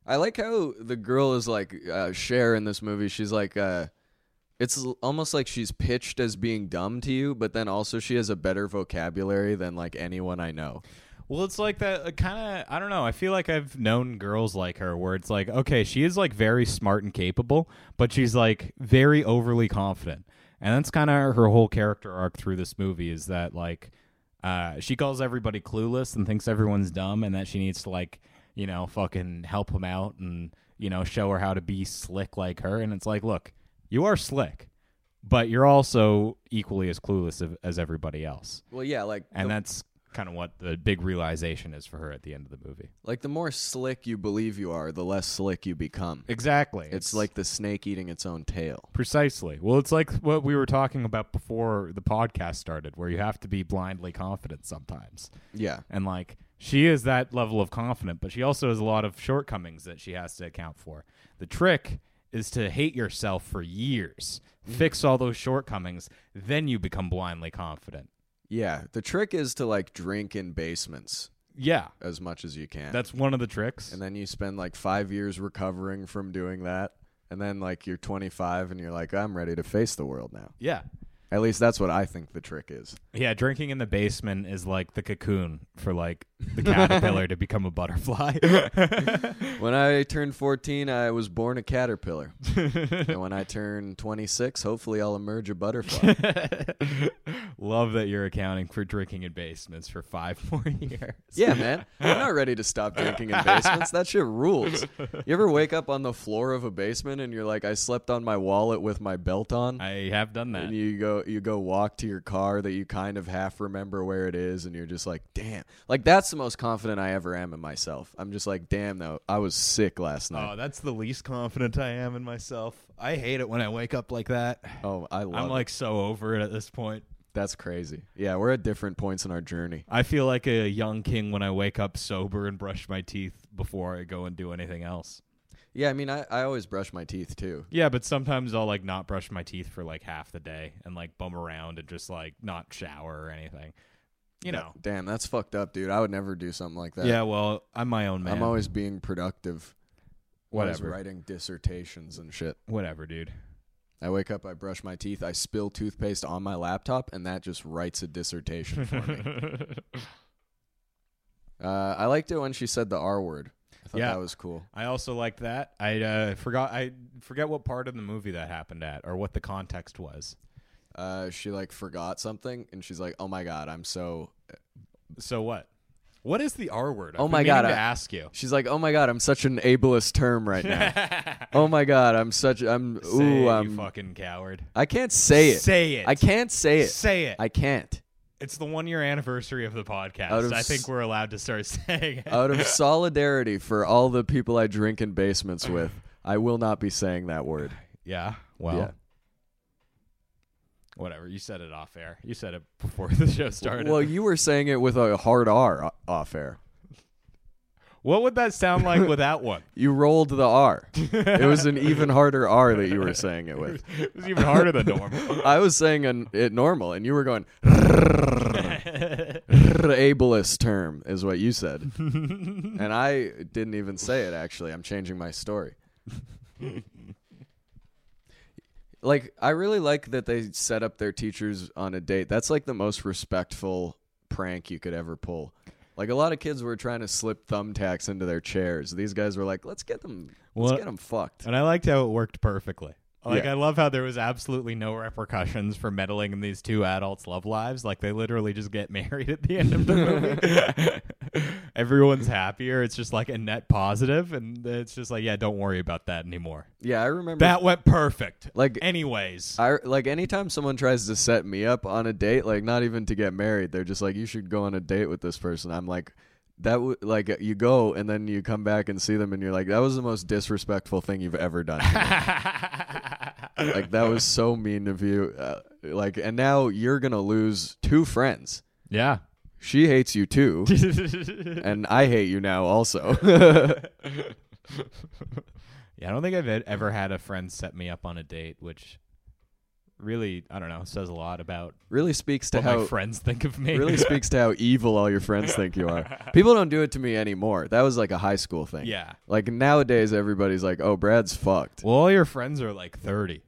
I like how the girl is like uh, Cher in this movie. She's like, uh, it's l- almost like she's pitched as being dumb to you, but then also she has a better vocabulary than like anyone I know. Well, it's like that uh, kind of. I don't know. I feel like I've known girls like her where it's like, okay, she is like very smart and capable, but she's like very overly confident, and that's kind of her whole character arc through this movie is that like, uh, she calls everybody clueless and thinks everyone's dumb, and that she needs to like, you know, fucking help them out and you know show her how to be slick like her, and it's like, look, you are slick, but you're also equally as clueless of, as everybody else. Well, yeah, like And the, that's kind of what the big realization is for her at the end of the movie. like the more slick you believe you are, the less slick you become. Exactly. It's like the snake eating its own tail. precisely. Well, it's like what we were talking about before the podcast started where you have to be blindly confident sometimes. Yeah. And like she is that level of confident, but she also has a lot of shortcomings that she has to account for. The trick is to hate yourself for years, Mm. fix all those shortcomings, then you become blindly confident. Yeah. The trick is to like drink in basements Yeah. as much as you can. That's one of the tricks. and then you spend like five years recovering from doing that and then like you're 25 and you're like i'm ready to face the world now Yeah. At least that's what I think the trick is. Yeah, drinking in the basement is like the cocoon for like the caterpillar to become a butterfly. When I turned 14, I was born a caterpillar. and when I turn 26, hopefully I'll emerge a butterfly. Love that you're accounting for drinking in basements for five more years. yeah, man. I'm not ready to stop drinking in basements. That shit rules. You ever wake up on the floor of a basement and you're like, I slept on my wallet with my belt on? I have done that. and you go you go walk to your car that you kind of half remember where it is and you're just like damn like that's the most confident i ever am in myself i'm just like damn though i was sick last night Oh, that's the least confident I am in myself. I hate it when I wake up like that. oh i love I'm it. like so over it at this point. that's crazy yeah we're at different points in our journey I feel like a young king when I wake up sober and brush my teeth before I go and do anything else. yeah i mean i, I always brush my teeth too Yeah, but sometimes I'll like not brush my teeth for like half the day and like bum around and just like not shower or anything. You know. damn that's fucked up dude i would never do something like that Yeah, well, I'm my own man. i'm always being productive always whatever. writing dissertations and shit Whatever, dude. i wake up i brush my teeth i spill toothpaste on my laptop and that just writes a dissertation for me Uh, I liked it when she said the R word. I thought Yeah. that was cool. I also like that. I uh, forgot I forget what part of the movie that happened at or what the context was. Uh, she like forgot something, and she's like, "Oh my god, I'm so." So what? What is the R word? I've Oh been my meaning God, to I- ask you. She's like, "Oh my god, I'm such an ableist term right now." oh my god, I'm such. I'm. Say it, Ooh, you I'm. fucking coward. I can't say it. Say it. I can't say it. Say it. I can't. it's the one year anniversary of the podcast. Out of I s- think we're allowed to start saying it. Out of solidarity for all the people I drink in basements with, I will not be saying that word. yeah. Well. Yeah. Whatever. You said it off air. You said it before the show started. Well, you were saying it with a hard R o- off air. what would that sound like without one? You rolled the R. it was an even harder R that you were saying it with. It was even harder than normal. I was saying an, it normal, and you were going ableist term is what you said, and I didn't even say it. Actually, I'm changing my story. like I really like that they set up their teachers on a date. That's like the most respectful prank you could ever pull. Like a lot of kids were trying to slip thumbtacks into their chairs. These guys were like, "Let's get them, let's Well- get them fucked." And I liked how it worked perfectly. Like Yeah. I love how there was absolutely no repercussions for meddling in these two adults' love lives. Like they literally just get married at the end of the movie. Everyone's happier. It's just like a net positive, and it's just like, yeah, don't worry about that anymore. Yeah, I remember That went perfect. Like- anyways, I like anytime someone tries to set me up on a date, like not even to get married, they're just like, "You should go on a date with this person." I'm like, that w- like you go and then you come back and see them, and you're like, "That was the most disrespectful thing you've ever done." to me." like that was so mean of you. Uh, like, and now you're gonna lose two friends. yeah. She hates you too, yeah, and I hate you now also. I don't think I've e- ever had a friend set me up on a date, which really, I don't know, says a lot about really speaks to what how my friends think of me. really speaks to how evil all your friends think you are. People don't do it to me anymore. That was like a high school thing. yeah. Like nowadays, everybody's like, "Oh, Brad's fucked." Well, all your friends are like 30.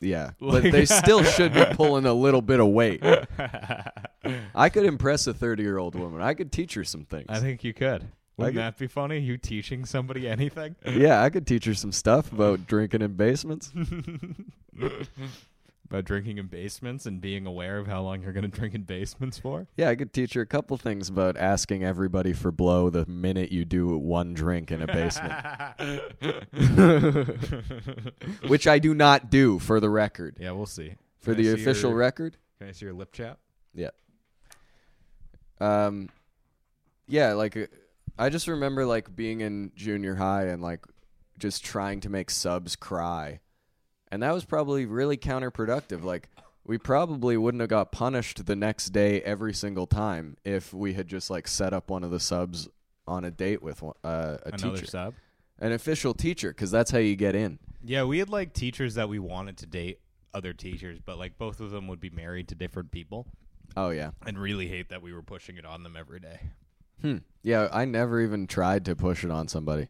yeah, Like- but they still should be pulling a little bit of weight. I could impress a thirty-year-old woman. I could teach her some things. I think you could. could- Wouldn't that be funny? You teaching somebody anything? yeah, I could teach her some stuff about drinking in basements. About drinking in basements and being aware of how long you're going to drink in basements for? Yeah, I could teach her a couple things about asking everybody for blow the minute you do one drink in a basement, which I do not do for the record. yeah, we'll see. For Can I the see official your- record, Can I see your lip chap? Yeah. Um, yeah, like uh, I just remember like being in junior high and like just trying to make subs cry, and that was probably really counterproductive. Like we probably wouldn't have got punished the next day every single time if we had just like set up one of the subs on a date with one, uh, a Another teacher, sub. an official teacher, because that's how you get in. Yeah, we had like teachers that we wanted to date other teachers, but like both of them would be married to different people Oh yeah, and really hate that we were pushing it on them every day. hmm. yeah. I never even tried to push it on somebody.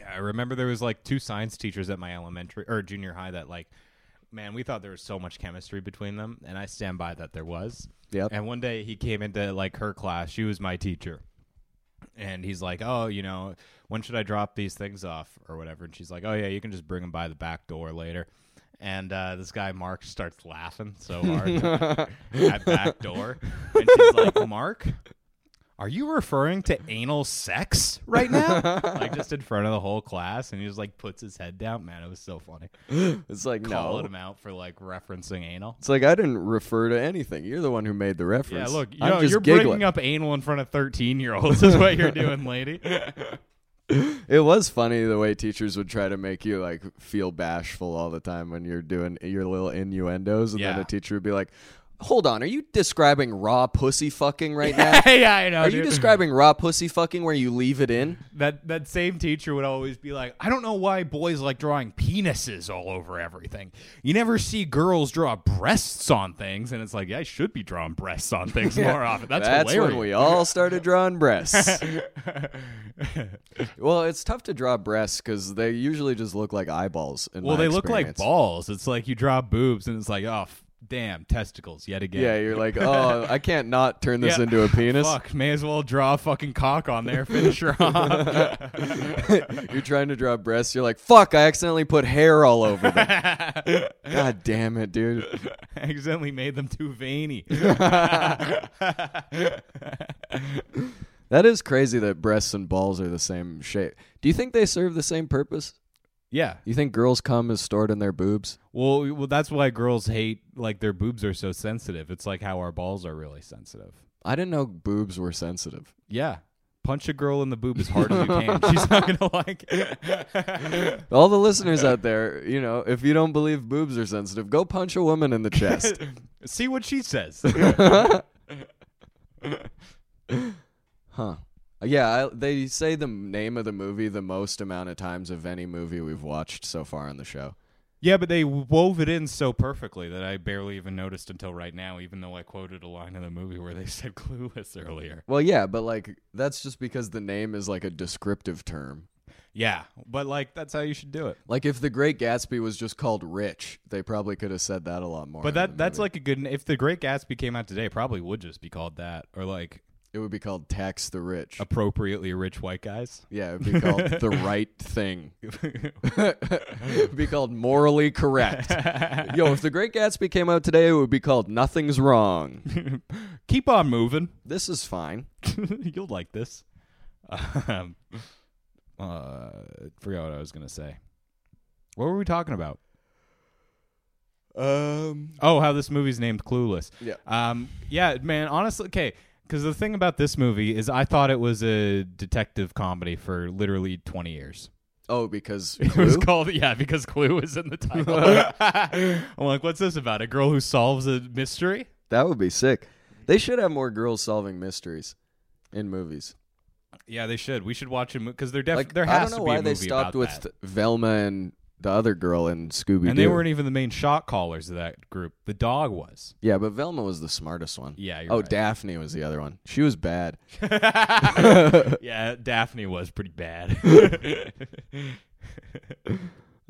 Yeah, I remember there was like two science teachers at my elementary or junior high that like man, we thought there was so much chemistry between them, and I stand by that there was. Yep. And one day he came into like her class. She was my teacher. And he's like, "Oh, you know, when should I drop these things off or whatever?" And she's like, "Oh yeah, you can just bring them by the back door later." And uh, this guy Mark starts laughing so hard at back door, and she's like, "Mark, are you referring to anal sex right now?" like just in front of the whole class, and he just like puts his head down. Man, it was so funny. It's like Calling no. him out for like referencing anal. It's like I didn't refer to anything. You're the one who made the Yeah, reference. look, you I'm know, just you're giggling. bringing up anal in front of 13 year olds is what you're doing, lady. It was funny the way teachers would try to make you like feel bashful all the time when you're doing your little innuendos, and then Yeah. a teacher would be like, "Hold on, are you describing raw pussy fucking right now? hey, I know. Are you dude. describing raw pussy fucking where you leave it in?" that that same teacher would always be like, "I don't know why boys like drawing penises all over everything. You never see girls draw breasts on things." And it's like, "Yeah, I should be drawing breasts on things more often. That's, hilarious." when we all started drawing breasts. well, it's tough to draw breasts because they usually just look like eyeballs. In well, my they look like experience. balls. It's like you draw boobs and it's like, "Oh, f- damn, testicles yet again." Yeah, you're like, oh, I can't not turn this Yeah. into a penis. Fuck, may as well draw a fucking cock on there, finish her off. you're trying to draw breasts. You're like, fuck, I accidentally put hair all over them. God damn it, dude. accidentally made them too veiny. That is crazy that breasts and balls are the same shape. Do you think they serve the same purpose? yeah. You think girls' cum is stored in their boobs? Well, well, that's why girls hate like their boobs are so sensitive. It's like how our balls are really sensitive. I didn't know boobs were sensitive. Yeah. Punch a girl in the boob as hard as you can. She's not gonna like it. All the listeners out there, you know, if you don't believe boobs are sensitive, go punch a woman in the chest. See what she says. Huh. Yeah, I, they say the name of the movie the most amount of times of any movie we've watched so far on the show. yeah, but they wove it in so perfectly that I barely even noticed until right now, even though I quoted a line in the movie where they said clueless earlier. Well, yeah, but like that's just because the name is like a descriptive term. Yeah. But like that's how you should do it. Like if The Great Gatsby was just called Rich, they probably could have said that a lot more. But in that the that's movie. like a good. If the Great Gatsby came out today, it probably would just be called that, or like it would be called Tax the Rich. appropriately rich white guys. yeah, it'd be called The Right Thing. it'd be called Morally Correct. Yo, if The Great Gatsby came out today, it would be called Nothing's Wrong. Keep on moving. This is fine. You'll like this. Um, uh, forgot what I was gonna say. What were we talking about? Um Oh, how this movie's named Clueless. Yeah. Um, yeah, man. Honestly, okay. Because the thing about this movie is, I thought it was a detective comedy for literally twenty years. Oh, because It was Clue? called yeah because Clue is in the title. I'm like, what's this about? A girl who solves a mystery? that would be sick. They should have more girls solving mysteries in movies. Yeah, they should. We should watch a movie because there def- Like there I has don't know to be why a movie they stopped about with that. th- Velma and the other girl in Scooby Doo. and they weren't even the main shot callers of that group. The dog was. Yeah, but Velma was the smartest one. Yeah, you're oh, right. Daphne was the other one. She was bad. yeah, Daphne was pretty bad.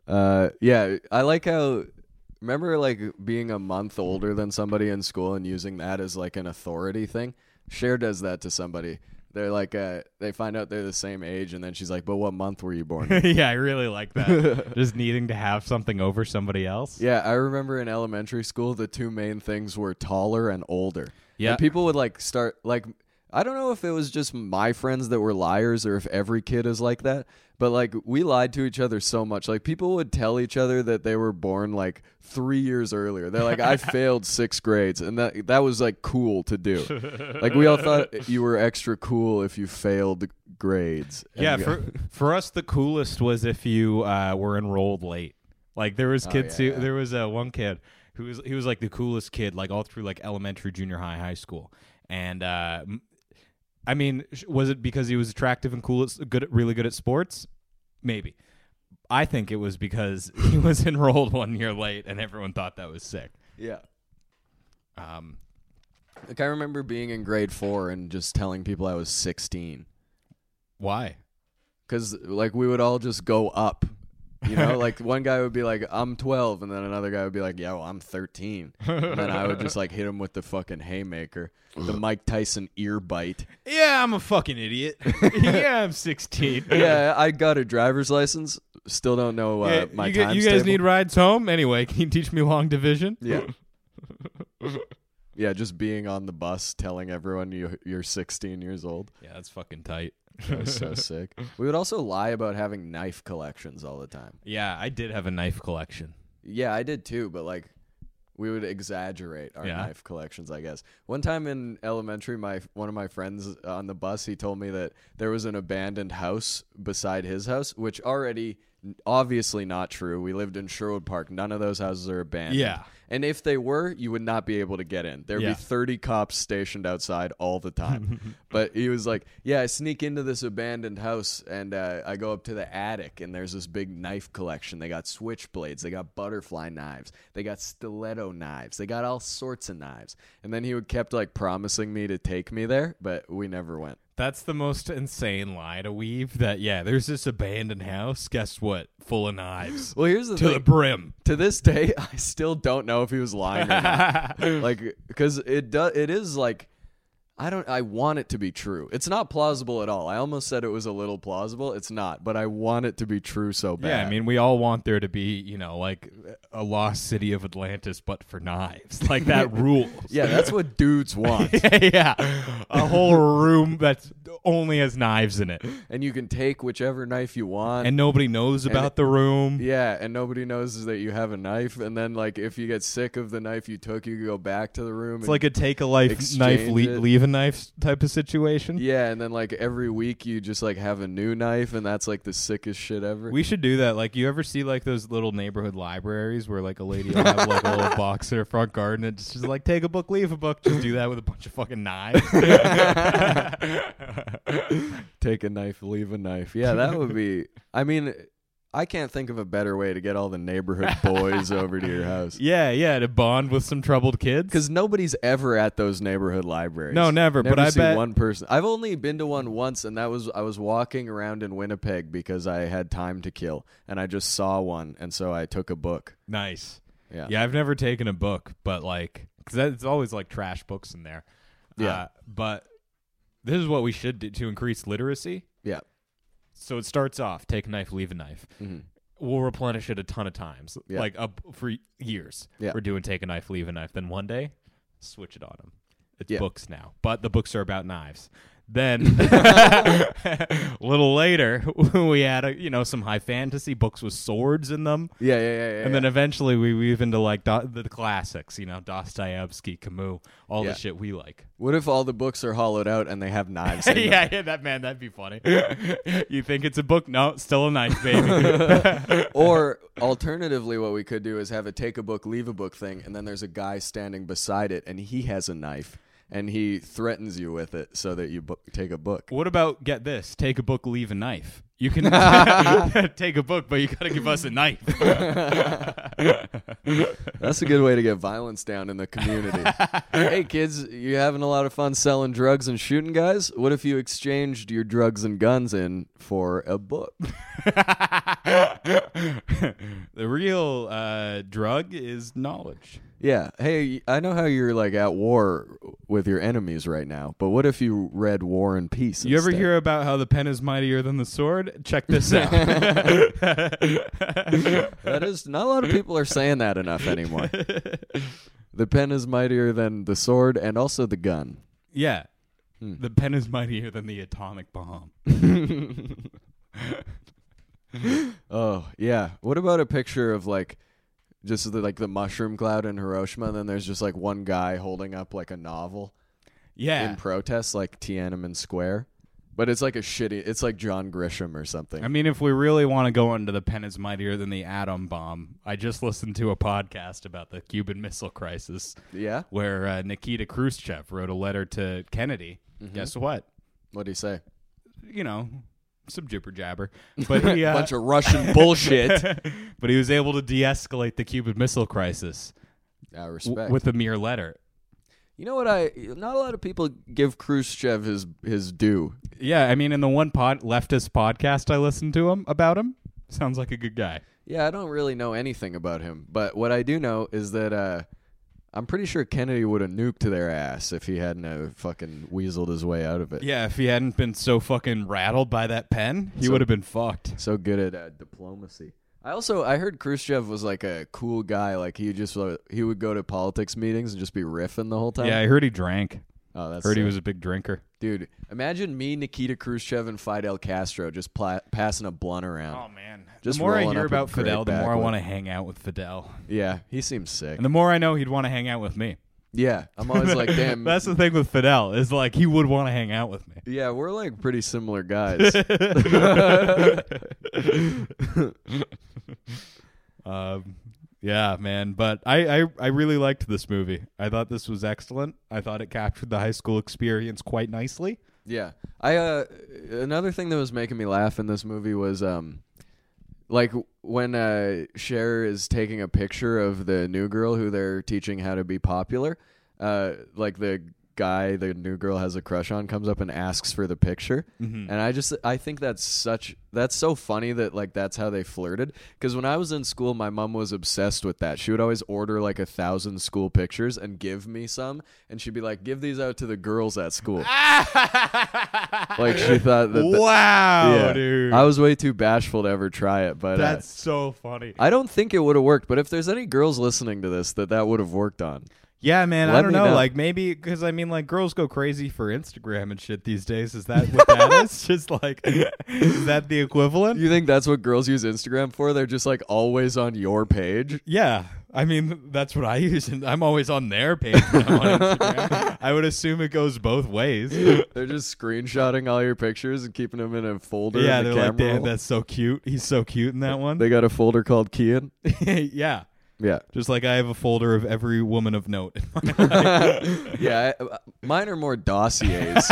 Uh, yeah, I like how. Remember, like being a month older than somebody in school and using that as like an authority thing. Cher does that to somebody. They're like, uh, they find out they're the same age, and then she's like, "But what month were you born?" in?" yeah, I really like that. Just needing to have something over somebody else. yeah, I remember in elementary school, the two main things were taller and older. Yeah. and people would like start like. I don't know if it was just my friends that were liars or if every kid is like that, but like we lied to each other so much. Like people would tell each other that they were born like 3 years earlier. They're like I failed 6 grades and that that was like cool to do. Like we all thought you were extra cool if you failed grades. And Yeah, we- for for us the coolest was if you uh, were enrolled late. Like there was kids Oh, yeah, who yeah. there was uh, one kid who was he was like the coolest kid like all through like elementary, junior high, high school. And uh, m- I mean, sh- was it because he was attractive and cool, at, good, at, really good at sports? Maybe. I think it was because he was enrolled one year late, and everyone thought that was sick. yeah. Um, Like I remember being in grade 4 and just telling people I was 16. why? because like we would all just go up You know, like one guy would be like, "I'm 12," and then another guy would be like, "Yo, I'm 13." And then I would just like hit him with the fucking haymaker, the Mike Tyson ear bite. Yeah, I'm a fucking idiot. yeah, I'm 16. Yeah, I got a driver's license. Still don't know uh, Yeah, my you, gu- time you guys need rides home anyway. Can you teach me long division? Yeah. yeah, just being on the bus telling everyone you you're 16 years old. Yeah, that's fucking tight. That was so sick. We would also lie about having knife collections all the time. Yeah, I did have a knife collection. Yeah, I did too, but like we would exaggerate our Yeah. knife collections, I guess. One time in elementary, my one of my friends uh, on the bus, he told me that there was an abandoned house beside his house, which already obviously not true. We lived in Sherwood Park. None of those houses are abandoned. Yeah. And if they were, you would not be able to get in. There'd Yeah. be 30 cops stationed outside all the time. but he was like, Yeah, I sneak into this abandoned house and uh, I go up to the attic, and there's this big knife collection. They got switchblades, they got butterfly knives, they got stiletto knives, they got all sorts of knives. And then he would kept like promising me to take me there, but we never went. That's the most insane lie to weave. That yeah, there's this abandoned house. Guess what? Full of knives Well, here's the to thing. the brim. to this day, I still don't know if he was lying or not. like because it does it is like i don't i want it to be true it's not plausible at all i almost said it was a little plausible it's not but i want it to be true so bad Yeah, I mean, we all want there to be, you know, like a lost city of Atlantis, but for knives. Like that rules. yeah that's what dudes want yeah. A whole room that's only has knives in it. and you can take whichever knife you want And nobody knows about the room. yeah and nobody knows that you have a knife and then like if you get sick of the knife you took you can go back to the room It's and- like a take a life, Exchange knife, le- it. leave a knife type of situation. yeah and then like every week you just like have a new knife and that's like the sickest shit ever We should do that. Like, you ever see like those little neighborhood libraries where like a lady will have like a little box in her front garden and just like take a book, leave a book, just do that with a bunch of fucking knives. take a knife, leave a knife. Yeah, that would be. I mean, I can't think of a better way to get all the neighborhood boys over to your house yeah, yeah, to bond with some troubled kids. because nobody's ever at those neighborhood libraries. No, never, but I see bet- one person. I've only been to one once, and that was I was walking around in Winnipeg because I had time to kill, and I just saw one, and so I took a book. Nice. Yeah. Yeah, I've never taken a book, but like, because it's always like trash books in there. Uh, Yeah. but this is what we should do to increase literacy. Yeah. So it starts off take a knife, leave a knife. Mhm. We'll replenish it a ton of times, Yeah. like up for years. Yeah. We're doing take a knife, leave a knife. Then one day, switch it on them. It's Yeah. books now, but the books are about knives. Then a little later, we had a, you know some high fantasy books with swords in them. Yeah, yeah, yeah, yeah. And yeah. then eventually we weave into like do- the classics, you know, Dostoevsky, Camus, all Yeah. the shit we like. what if all the books are hollowed out and they have knives? in them? yeah, yeah, that man, that'd be funny. you think it's a book? No, still a knife, baby. Or alternatively, what we could do is have a take a book, leave a book thing, and then there's a guy standing beside it, and he has a knife, and he threatens you with it so that you bu- take a book. what about get this? Take a book, leave a knife. You can take a book, but you gotta give us a knife. That's a good way to get violence down in the community. hey, kids, you having a lot of fun selling drugs and shooting guys? What if you exchanged your drugs and guns in for a book? the real uh, drug is knowledge. Yeah. Hey, I know how you're like at war with your enemies right now, but what if you read War and Peace? You ever instead? hear about how the pen is mightier than the sword? Check this out. That is not a lot of people are saying that enough anymore. the pen is mightier than the sword and also the gun. yeah. The pen is mightier than the atomic bomb. Oh yeah. What about a picture of like just the, like the mushroom cloud in Hiroshima, and then there's just like one guy holding up like a novel Yeah. in protest, like Tiananmen Square, but it's like a shitty. It's like John Grisham or something. I mean, if we really want to go into the pen is mightier than the atom bomb, I just listened to a podcast about the Cuban Missile Crisis yeah. where uh, Nikita Khrushchev wrote a letter to Kennedy. Mm-hmm. Guess what? What do you say? You know, some jibber jabber. But he, uh, Bunch of Russian bullshit. Ah, but he was able to de-escalate the Cuban Missile Crisis I w- respect. with a mere letter. you know what? I not a lot of people give Khrushchev his his due. Yeah, I mean, in the one pod leftist podcast I listened to him about him, sounds like a good guy. Yeah, I don't really know anything about him, but what I do know is that uh, I'm pretty sure Kennedy would have nuked their ass if he hadn't uh, fucking weaseled his way out of it. Yeah, if he hadn't been so fucking rattled by that pen, he So- would have been fucked. So good at uh, diplomacy. I also I heard Khrushchev was like a cool guy. Like he just uh, he would go to politics meetings and just be riffing the whole time. Yeah, I heard he drank. Oh, that's Heard he sick. was a big drinker. dude. Imagine me, Nikita Khrushchev, and Fidel Castro just pla- passing a blunt around. Oh, man. Just the more I rolling hear up a about great Fidel, the more I backwood. want to hang out with Fidel. Yeah, he seems sick. And the more I know he'd want to hang out with me. Yeah, I'm always like, damn. That's the thing with Fidel, is like he would want to hang out with me. yeah, we're like pretty similar guys. um, yeah, man. But I, I, I really liked this movie. I thought this was excellent. I thought it captured the high school experience quite nicely. Yeah. I uh another thing that was making me laugh in this movie was um like when uh Cher is taking a picture of the new girl who they're teaching how to be popular, uh like the guy the new girl has a crush on comes up and asks for the picture. And I just I think that's such that's so funny that like that's how they flirted cuz when I was in school my mom was obsessed with that. She would always order like a thousand school pictures and give me some and she'd be like give these out to the girls at school. Like she thought that. that wow, yeah. dude. I was way too bashful to ever try it, but That's uh, so funny. I don't think it would have worked. But if there's any girls listening to this that that would have worked on, Yeah, man. I Let don't me know. know. Like maybe because I mean, like girls go crazy for Instagram and shit these days. Is that what that is? Just like is that the equivalent? you think that's what girls use Instagram for? They're just like always on your page. Yeah. I mean, that's what I use, and I'm always on their page. When I'm on Instagram. I would assume it goes both ways. They're just screenshotting all your pictures and keeping them in a folder. in yeah, the they're camera like, damn, roll." that's so cute. He's so cute in that one. They got a folder called Kian. yeah. Yeah, Just like I have a folder of every woman of note. in my life. yeah. I, uh, mine are more dossiers.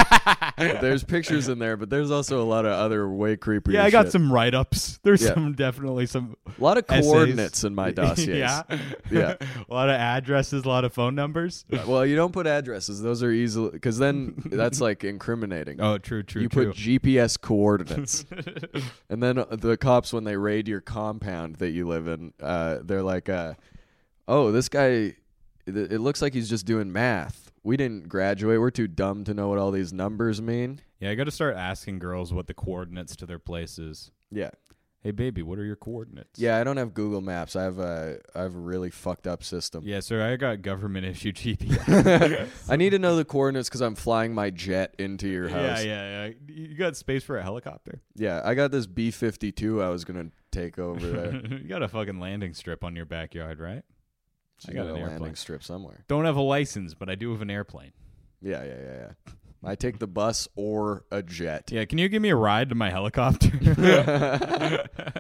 there's pictures in there, but there's also a lot of other way creepier. yeah, I got shit. some write ups. There's Yeah. some definitely some A lot of essays. coordinates in my dossiers. yeah. Yeah. a lot of addresses, a lot of phone numbers. Well, you don't put addresses. Those are easily because then that's like incriminating. Oh, true, true, you true. put GPS coordinates, and then uh, the cops when they raid your compound that you live in, uh, they're like, uh, "Oh, this guy, th- it looks like he's just doing math. We didn't graduate. We're too dumb to know what all these numbers mean." yeah, I got to start asking girls what the coordinates to their places. Yeah, Hey, baby, what are your coordinates? yeah. I don't have Google Maps. I have a I have a really fucked up system. Yeah, sir, I got government issue GPS. I need to know the coordinates because I'm flying my jet into your yeah, house. yeah, yeah. You got space for a helicopter? yeah I got this B fifty two. I was gonna take over there. you got a fucking landing strip on your backyard, right? I got a landing strip somewhere. Don't have a license, but I do have an airplane. Yeah, yeah, yeah, yeah. I take the bus or a jet. Yeah, can you give me a ride to my helicopter?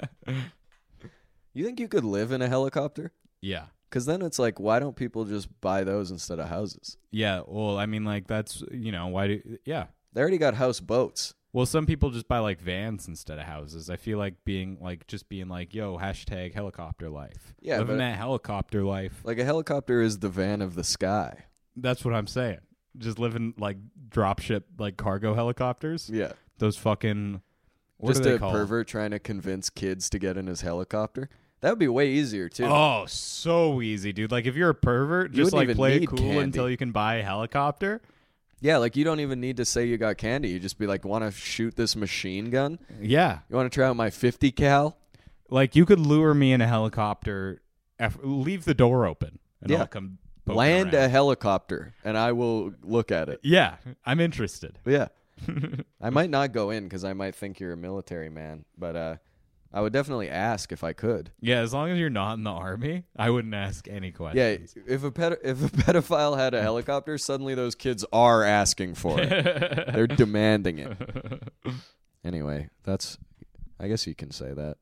You think you could live in a helicopter? yeah. Because then it's like, why don't people just buy those instead of houses? Yeah, well, I mean like that's, you know, why do yeah. They already got house boats. Well, some people just buy like vans instead of houses. I feel like being like just being like, "Yo, hashtag helicopter life." Yeah, living but- that helicopter life. Like a helicopter is the van of the sky. That's what I'm saying. Just living like dropship, like cargo helicopters. Yeah. Those fucking what just are they a called? pervert trying to convince kids to get in his helicopter. That would be way easier too. Oh, so easy, dude! Like if you're a pervert, You just wouldn't even like play it need cool candy. until you can buy a helicopter. Yeah, like you don't even need to say you got candy. You just be like, want to shoot this machine gun? Yeah, You want to try out my 50 cal? like you could lure me in a helicopter, af- leave the door open, and Yeah. I'll come poking Land around. a helicopter, and I will look at it. yeah, I'm interested. Yeah. I might not go in because I might think you're a military man, but uh, I would definitely ask if I could. Yeah, as long as you're not in the army, I wouldn't ask any Yeah, questions. if a ped- if a pedophile had a helicopter, suddenly those kids are asking for it. They're demanding it. Anyway, that's I guess you can say that.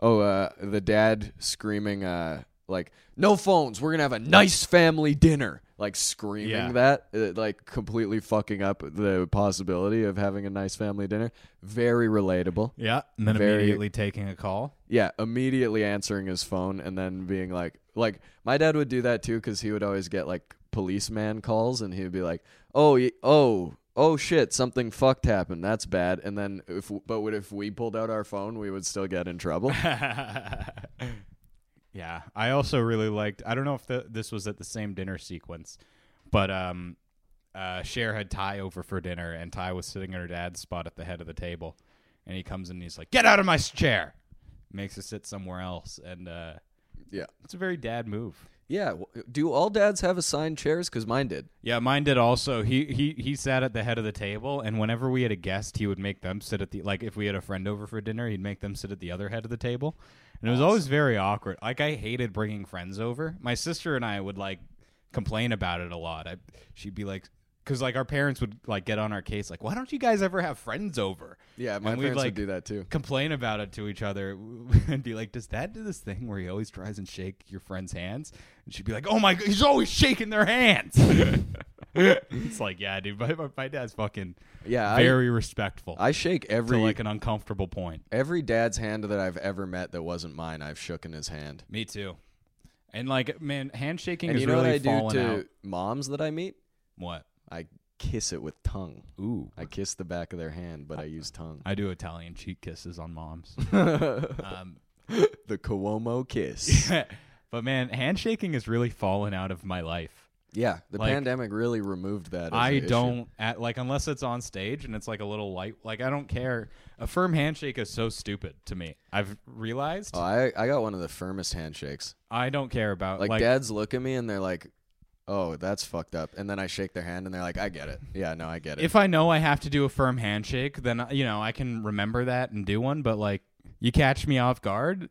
Oh, uh, the dad screaming uh, like, "No phones. We're gonna have a nice family dinner." Like screaming Yeah. that, uh, like completely fucking up the possibility of having a nice family dinner. Very relatable. Yeah, and then Very- immediately taking a call. Yeah, immediately answering his phone and then being like, like my dad would do that too because he would always get like policeman calls and he would be like, oh, y- oh, oh shit, something fucked happened. That's bad. And then if but what if we pulled out our phone, we would still get in trouble. yeah, I also really liked. I don't know if the, this was at the same dinner sequence, but um, uh, Cher had Ty over for dinner, and Ty was sitting in her dad's spot at the head of the table, and he comes in and he's like, "Get out of my chair!" Makes her sit somewhere else, and uh, yeah. it's a very dad move. Yeah, w- do all dads have assigned chairs cuz mine did. Yeah, mine did also. He he he sat at the head of the table, and whenever we had a guest, he would make them sit at the like if we had a friend over for dinner, he'd make them sit at the other head of the table, and it was always very awkward. Like I hated bringing friends over. My sister and I would like complain about it a lot. I, she'd be like, because like our parents would like get on our case, like why don't you guys ever have friends over? Yeah, my And we'd, parents like, would do that too. complain about it to each other and be like, "Does Dad do this thing where he always tries and shake your friend's hands?" And she'd be like, "Oh my god, he's always shaking their hands." it's like, yeah, dude, my, my, my dad's fucking Yeah, I- very respectful I shake every to like an uncomfortable point. every dad's hand that I've ever met that wasn't mine. I've shooken his hand. Me too. And like, man, handshaking And is you know really what I do falling to out. moms that I meet? What? I kiss it with tongue. Ooh, I kiss the back of their hand, but I use tongue. I do Italian cheek kisses on moms. um, The Cuomo kiss. but man, handshaking is really fallen out of my life. yeah, the Like, pandemic really removed that. As I an issue. don't at, like unless it's on stage and it's like a little light. Like I don't care. A firm handshake is so stupid to me. I've realized Oh, I I got one of the firmest handshakes. I don't care about Like, like, dads look at me and they're like, "Oh, that's fucked up," and then I shake their hand and they're like, "I get it. Yeah, no, I get it." if I know I have to do a firm handshake, then you know I can remember that and do one. But like you catch me off guard,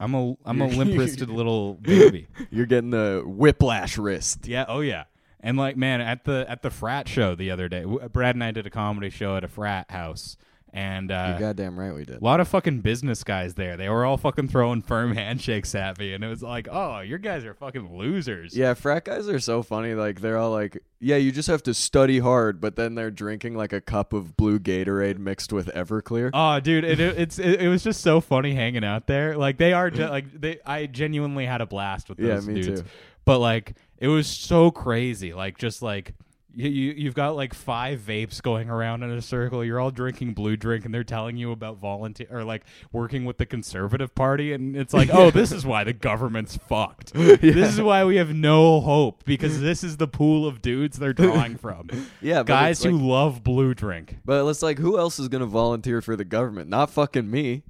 I'm a I'm a limp wristed little baby. You're getting the whiplash wrist. Yeah. Oh yeah. And like, man, at the at the frat show the other day, w- Brad and I did a comedy show at a frat house, and uh, You're goddamn right, we did. A lot of fucking business guys there. They were all fucking throwing firm handshakes at me, and it was like, oh, your guys are fucking losers. Yeah, frat guys are so funny. Like they're all like, "Yeah, you just have to study hard," but then they're drinking like a cup of blue Gatorade mixed with Everclear. Oh, dude, it, it- it's it, it was just so funny hanging out there. Like they are, ge- like they, I genuinely had a blast with Yeah, those me dudes. too. But like, it was so crazy. Like just like. You, you, you've got like five vapes going around in a circle. You're all drinking blue drink, and they're telling you about volunteer or like working with the conservative party. And it's like, oh, this is why the government's fucked. This is why we have no hope because this is the pool of dudes they're drawing from. Yeah, but guys it's like- who love blue drink. But it's like, who else is gonna volunteer for the government? Not fucking me.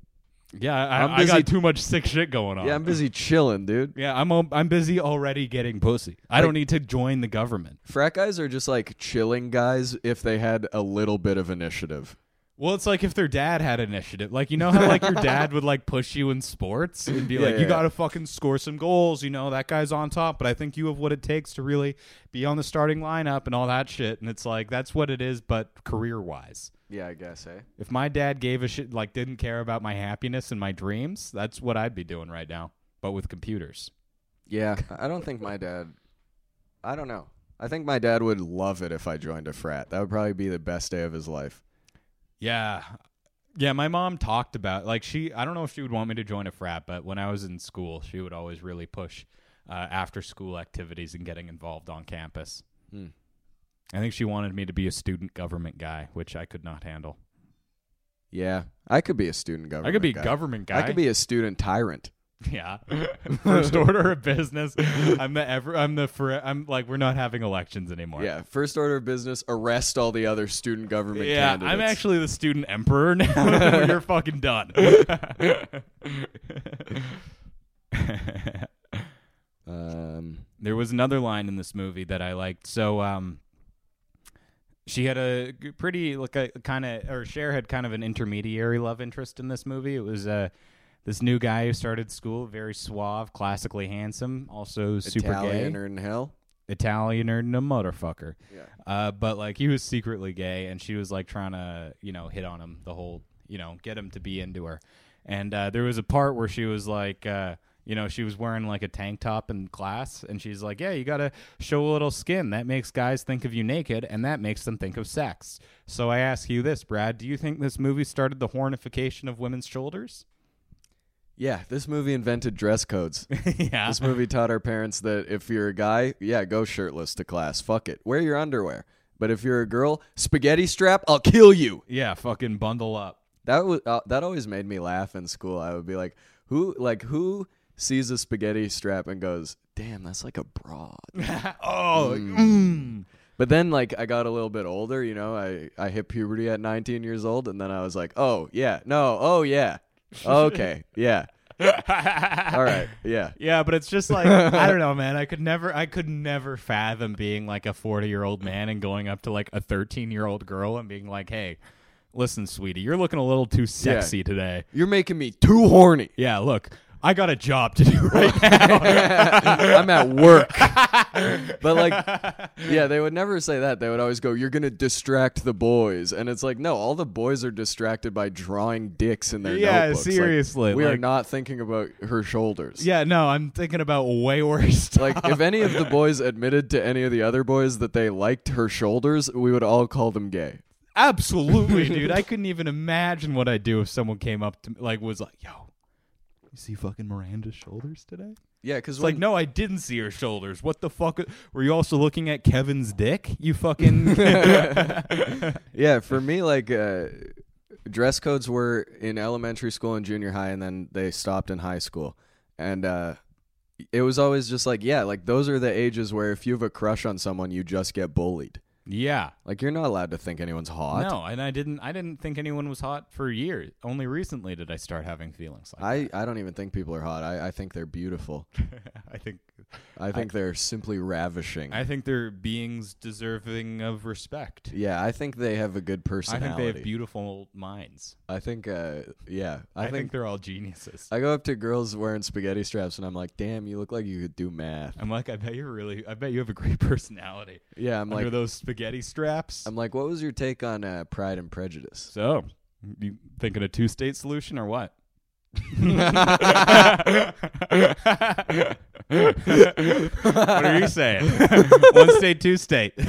Yeah, I, I'm I got busy- too much sick shit going on. Yeah, I'm busy chilling, dude. Yeah, I'm al- I'm busy already getting pussy. I don't need to join the government. Frat guys are just like chilling guys if they had a little bit of initiative. Well, it's like if their dad had initiative. Like you know how like your dad would like push you in sports and be like, yeah, "You yeah. got to fucking score some goals." You know that guy's on top, but I think you have what it takes to really be on the starting lineup and all that shit. And it's like that's what it is, but career wise. Yeah, I guess, eh? If my dad gave a shit, like didn't care about my happiness and my dreams, that's what I'd be doing right now, but with computers. Yeah, I don't think my dad. I don't know. I think my dad would love it if I joined a frat. That would probably be the best day of his life. Yeah. Yeah, my mom talked about like she I don't know if she would want me to join a frat, but when I was in school, she would always really push uh, after school activities and getting involved on campus. Hmm. I think she wanted me to be a student government guy, which I could not handle. Yeah, I could be a student government. I could be guy. government guy. I could be a student tyrant. yeah. First order of business. I'm the ever I'm the for I'm like we're not having elections anymore. Yeah, first order of business: arrest all the other student government Yeah, candidates. I'm actually the student emperor now. You're fucking done. Um, there was another line in this movie that I liked. So, um, she had a g- pretty like a kind of or Cher had kind of an intermediary love interest in this movie. It was uh, this new guy who started school, very suave, classically handsome, also super Italian gay, or in hell. Italian or no motherfucker. Yeah. Uh, but like he was secretly gay, and she was like trying to, you know, hit on him the whole, you know, get him to be into her. And uh, there was a part where she was like, uh, you know, she was wearing like a tank top in class, and she's like, "Yeah, you gotta show a little skin. That makes guys think of you naked, and that makes them think of sex." So I ask you this, Brad: Do you think this movie started the hornification of women's shoulders? Yeah, this movie invented dress codes. yeah, this movie taught our parents that if you're a guy, yeah, go shirtless to class. Fuck it. Wear your underwear. But if you're a girl, spaghetti strap, I'll kill you. Yeah, fucking bundle up. That was uh, that always made me laugh in school. I would be like, who like who sees a spaghetti strap and goes, "Damn, that's like a broad." oh, mm. But then like I got a little bit older, you know, I I hit puberty at 19 years old and then I was like, "Oh, yeah. No. Oh, yeah. Okay. yeah. All right. Yeah. Yeah, but it's just like I don't know, man. I could never, I could never fathom being like a forty-year-old man and going up to like a thirteen-year-old girl and being like, "Hey, listen, sweetie, you're looking a little too sexy today. You're making me too horny. Yeah, look, I got a job to do right now. I'm at work." but like yeah, they would never say that. They would always go, "You're going to distract the boys." And it's like, "No, all the boys are distracted by drawing dicks in their Yeah, notebooks. Like, seriously, we are like- not thinking about her shoulders." yeah, no, I'm thinking about way worse. Stuff. Like if any of the boys admitted to any of the other boys that they liked her shoulders, we would all call them gay. Absolutely, dude. I couldn't even imagine what I'd do if someone came up to me, like, was like, yo, you see fucking Miranda's shoulders today? Yeah, cuz It's like, no, I didn't see her shoulders. What the fuck? Were you also looking at Kevin's dick? You fucking. yeah, for me, like uh, dress codes were in elementary school and junior high, and then they stopped in high school. And uh, it was always just like, yeah, like those are the ages where if you have a crush on someone, you just get bullied. yeah. Like you're not allowed to think anyone's hot. No, and I didn't. I didn't think anyone was hot for years. Only recently did I start having feelings like. I, I don't even think people are hot. I, I think they're beautiful. I think. I think they're simply ravishing. I think they're beings deserving of respect. yeah, I think they have a good I personality. think they have beautiful minds. I think, uh, yeah, I, I, think, think, they're all geniuses. I go up to girls wearing spaghetti straps and I'm like, damn, you look like you could do math. I'm like, I bet you're really. I bet you have a great personality. yeah, I'm Under like, those spaghetti straps. I'm like, what was your take on uh, Pride and Prejudice? so, you thinking a two-state solution or what? what are you saying? One state, two state.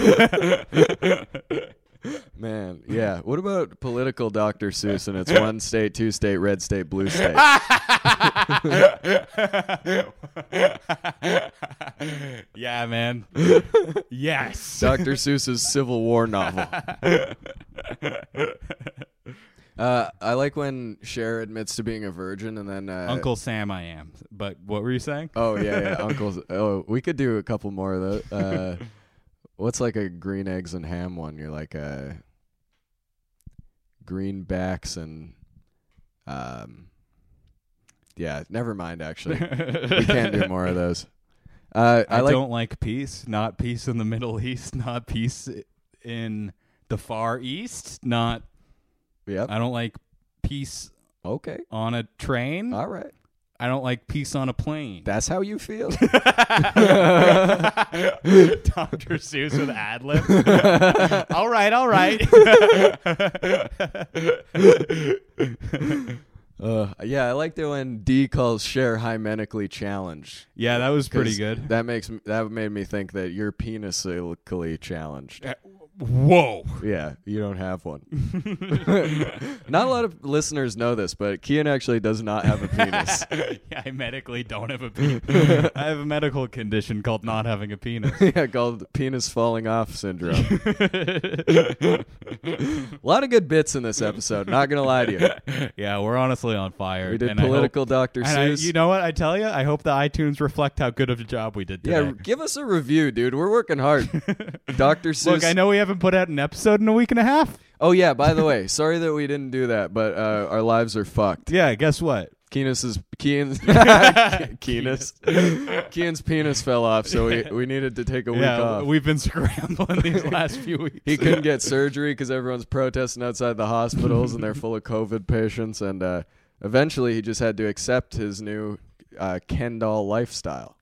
Man, yeah. What about political Dr. Seuss and it's one state, two state, red state, blue state? yeah, man. Yes. Dr. Seuss's Civil War novel. Uh, I like when Cher admits to being a virgin and then. Uh, Uncle Sam, I am. But what were you saying? Oh, yeah, yeah. Uncle's. Oh, we could do a couple more of those. Uh, what's like a green eggs and ham one? You're like uh, green backs and. um, Yeah, never mind, actually. we can't do more of those. Uh, I, I, like. don't like peace. Not peace in the Middle East. Not peace in the Far East. Not. Yep. I don't like peace okay. on a train. All right. I don't like peace on a plane. That's how you feel. Dr. Seuss with ad lib. all right, all right. uh, yeah, I liked it when D calls Cher hymenically challenged. yeah, that was pretty 'Cause good. That makes m- that made me think that you're penisically challenged. Whoa. Yeah, you don't have one. not a lot of listeners know this, but Kian actually does not have a penis. I medically don't have a penis. I have a medical condition called not having a penis. yeah, called penis falling off syndrome. A lot of good bits in this episode. Not gonna lie to you. yeah, we're honestly on fire. We did and I hope- political Dr. and I- Seuss. you know what? I tell you, I hope the iTunes reflect how good of a job we did yeah, today. give us a review, dude. We're working hard. Dr. Seuss. Look, I know we haven't put out an episode in a week and a half. Oh yeah, by the way, sorry that we didn't do that, but uh, our lives are fucked. Yeah, guess what? Keenus is Keen's Keenus. Keen's penis fell off, so we, we needed to take a week yeah, off. we've been scrambling these last few weeks. he couldn't get surgery because everyone's protesting outside the hospitals and they're full of COVID patients. And uh, eventually, he just had to accept his new uh, Ken doll lifestyle.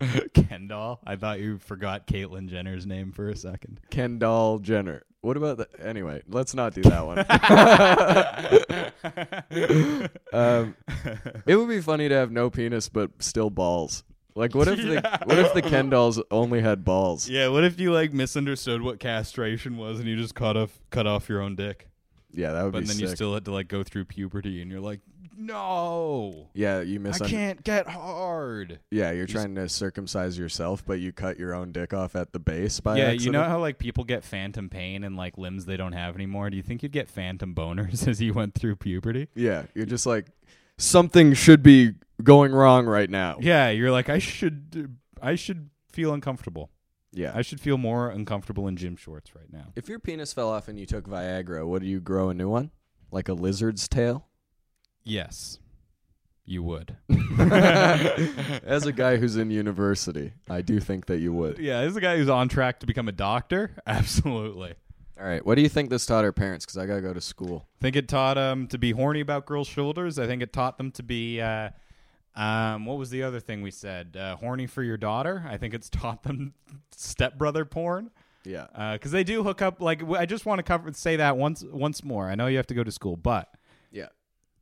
Kendall, I thought you forgot Caitlyn Jenner's name for a second. Ken doll Jenner. What about the Anyway, let's not do that one. um, it would be funny to have no penis but still balls. Like, what if the what if the Ken dolls only had balls? Yeah, what if you like misunderstood what castration was and you just cut off cut off your own dick? Yeah, that would But be then sick. you still had to like go through puberty, and you're like, no, yeah, you I misunderstand. can't get hard. Yeah, you're s- trying to circumcise yourself, but you cut your own dick off at the base by yeah, you accident? know how like people get phantom pain and like limbs they don't have anymore. Do you think you'd get phantom boners as you went through puberty? Yeah, you're just like something should be going wrong right now. Yeah, you're like, I should, I should feel uncomfortable. Yeah. I should feel more uncomfortable in gym shorts right now. If your penis fell off and you took Viagra, would you grow a new one? Like a lizard's tail? Yes, you would. As a guy who's in university, I do think that you would. Yeah, this is a guy who's on track to become a doctor. Absolutely. All right, what do you think this taught our parents? Because I gotta go to school. think it taught them to be horny about girls' shoulders. I think it taught them to be. Uh, um, what was the other thing we said? Uh, horny for your daughter. I think it's taught them stepbrother porn Yeah. because they do hook up. Like w- I just want to cover say that once once more. I know you have to go to school, but Yeah.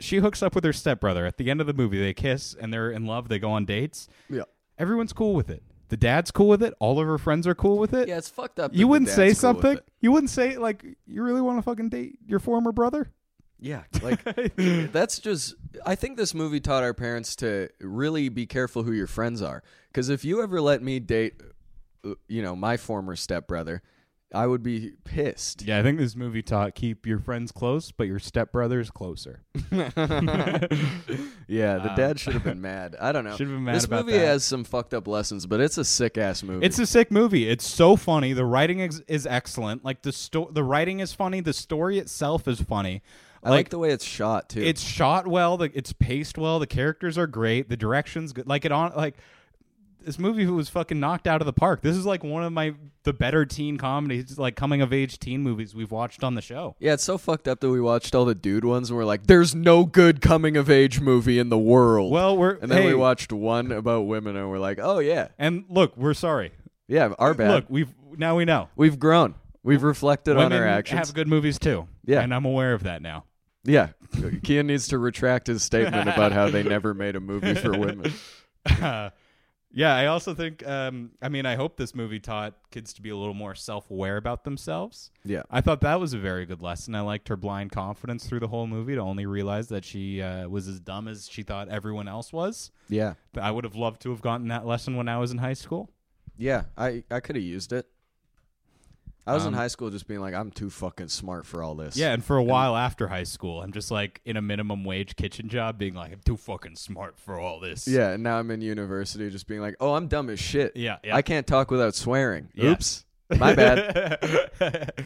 she hooks up with her stepbrother at the end of the movie. They kiss and they're in love. They go on dates. Yeah. Everyone's cool with it. The dad's cool with it. All of her friends are cool with it. Yeah, it's fucked up. that you the wouldn't dad's say cool with something. it. You wouldn't say like you really want to fucking date your former brother. Yeah. Like that's just I think this movie taught our parents to really be careful who your friends are cuz if you ever let me date uh, you know my former stepbrother, I would be pissed. Yeah, I think this movie taught keep your friends close, but your stepbrothers closer. Yeah, the dad should have been mad. I don't know. Should've Um, been mad this about movie that. has some fucked up lessons, but it's a sick ass movie. It's a sick movie. It's so funny. The writing is, is excellent. Like the sto- the writing is funny. The story itself is funny. I like, the way it's shot too. it's shot well. The, it's paced well. The characters are great. The directions good. Like it on like this movie was fucking knocked out of the park. This is like one of my the better teen comedies, like coming of age teen movies we've watched on the show. yeah, it's so fucked up that we watched all the dude ones and we're like, "There's no good coming of age movie in the world." Well, we're and then hey, we watched one about women and we're like, "Oh yeah, and look, we're sorry. yeah, our bad." Look, we've now we know. We've grown. We've reflected on Women our actions. have good movies too. Yeah. and I'm aware of that now. yeah. Kian needs to retract his statement about how they never made a movie for women. Uh, yeah, I also think. Um, I mean, I hope this movie taught kids to be a little more self-aware about themselves. Yeah. I thought that was a very good lesson. I liked her blind confidence through the whole movie to only realize that she uh, was as dumb as she thought everyone else was. Yeah. But I would have loved to have gotten that lesson when I was in high school. Yeah. I, I could have used it. I was Um, in high school just being like, I'm too fucking smart for all this. Yeah, and for a while after high school, I'm just like in a minimum wage kitchen job, being like, I'm too fucking smart for all this. Yeah. And now I'm in university just being like, oh, I'm dumb as shit. Yeah, yeah. I can't talk without swearing. Yeah. Oops. My bad.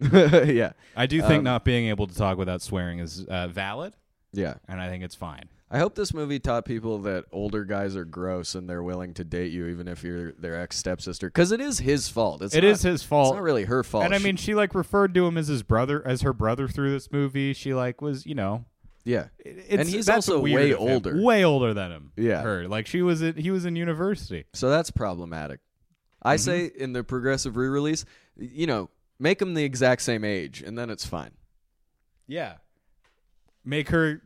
yeah. I do think Um, not being able to talk without swearing is uh, valid, Yeah. and I think it's fine. I hope this movie taught people that older guys are gross and they're willing to date you even if you're their ex stepsister. Because it is his fault. It's It not- is his It's fault. not really her fault. and I She- mean, she like referred to him as his brother, as her brother through this movie. She like was, you know, yeah, it- it's, And he's that's also weird way of him. older. way older than him. Yeah. her like she was in, he was in university. so that's problematic. I Mm-hmm. say in the progressive re-release, you know, make them the exact same age, and then it's fine. Yeah, make her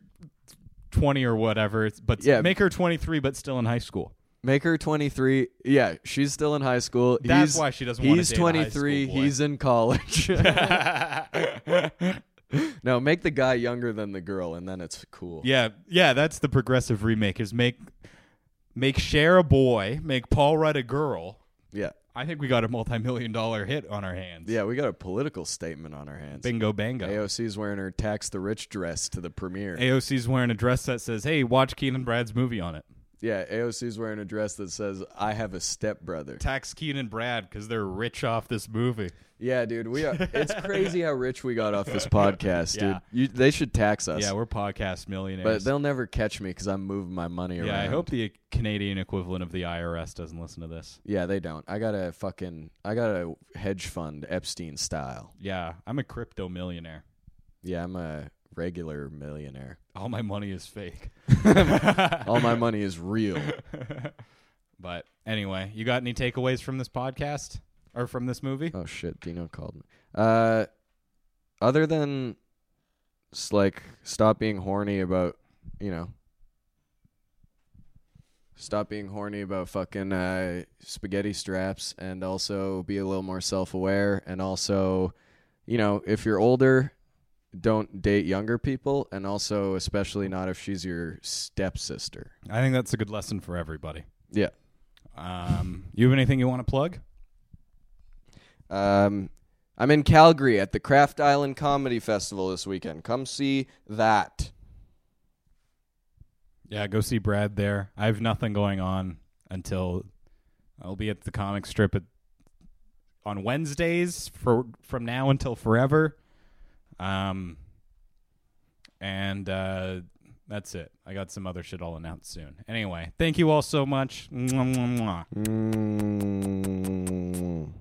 twenty or whatever, but Yeah. make her twenty three, but still in high school. Make her 23. Yeah, she's still in high school. That's he's, why she doesn't wanna He's date a high 23. school boy. he's in college. no, make the guy younger than the girl, and then it's cool. Yeah, yeah, that's the progressive remake. Is make make Cher a boy, make Paul Rudd a girl. yeah, I think we got a multi-million dollar hit on our hands. yeah. We got a political statement on our hands. bingo bango. AOC's wearing her tax the rich dress to the premiere. AOC's wearing a dress that says, "Hey, watch Keenan Brad's movie on it." yeah, AOC's wearing a dress that says "I have a stepbrother." Tax Keenan Brad because they're rich off this movie. Yeah, dude, we are. It's crazy how rich we got off this podcast, Yeah. dude. You, they should tax us. Yeah, we're podcast millionaires. but they'll never catch me because I'm moving my money around. yeah, I hope the Canadian equivalent of the IRS doesn't listen to this. Yeah, they don't. I got a fucking. I got a hedge fund Epstein style. Yeah, I'm a crypto millionaire. Yeah, I'm a regular millionaire. All my money is fake. All my money is real. But anyway, you got any takeaways from this podcast or from this movie? Oh shit, Dino called me. Uh, other than, s- like, stop being horny about, you know. Stop being horny about fucking uh, spaghetti straps, and also be a little more self-aware, and also, you know, if you're older, don't date younger people, and also especially not if she's your stepsister. I think that's a good lesson for everybody. Yeah. Um, you have anything you want to plug? Um, I'm in Calgary at the Craft Island Comedy Festival this weekend. Come see that. Yeah, go see Brad there. I have nothing going on until I'll be at the comic strip at, on Wednesdays for from now until forever. Um, and uh, that's it. I got some other shit I'll announce soon. Anyway, thank you all so much. Mwah, mwah, mwah. Mm.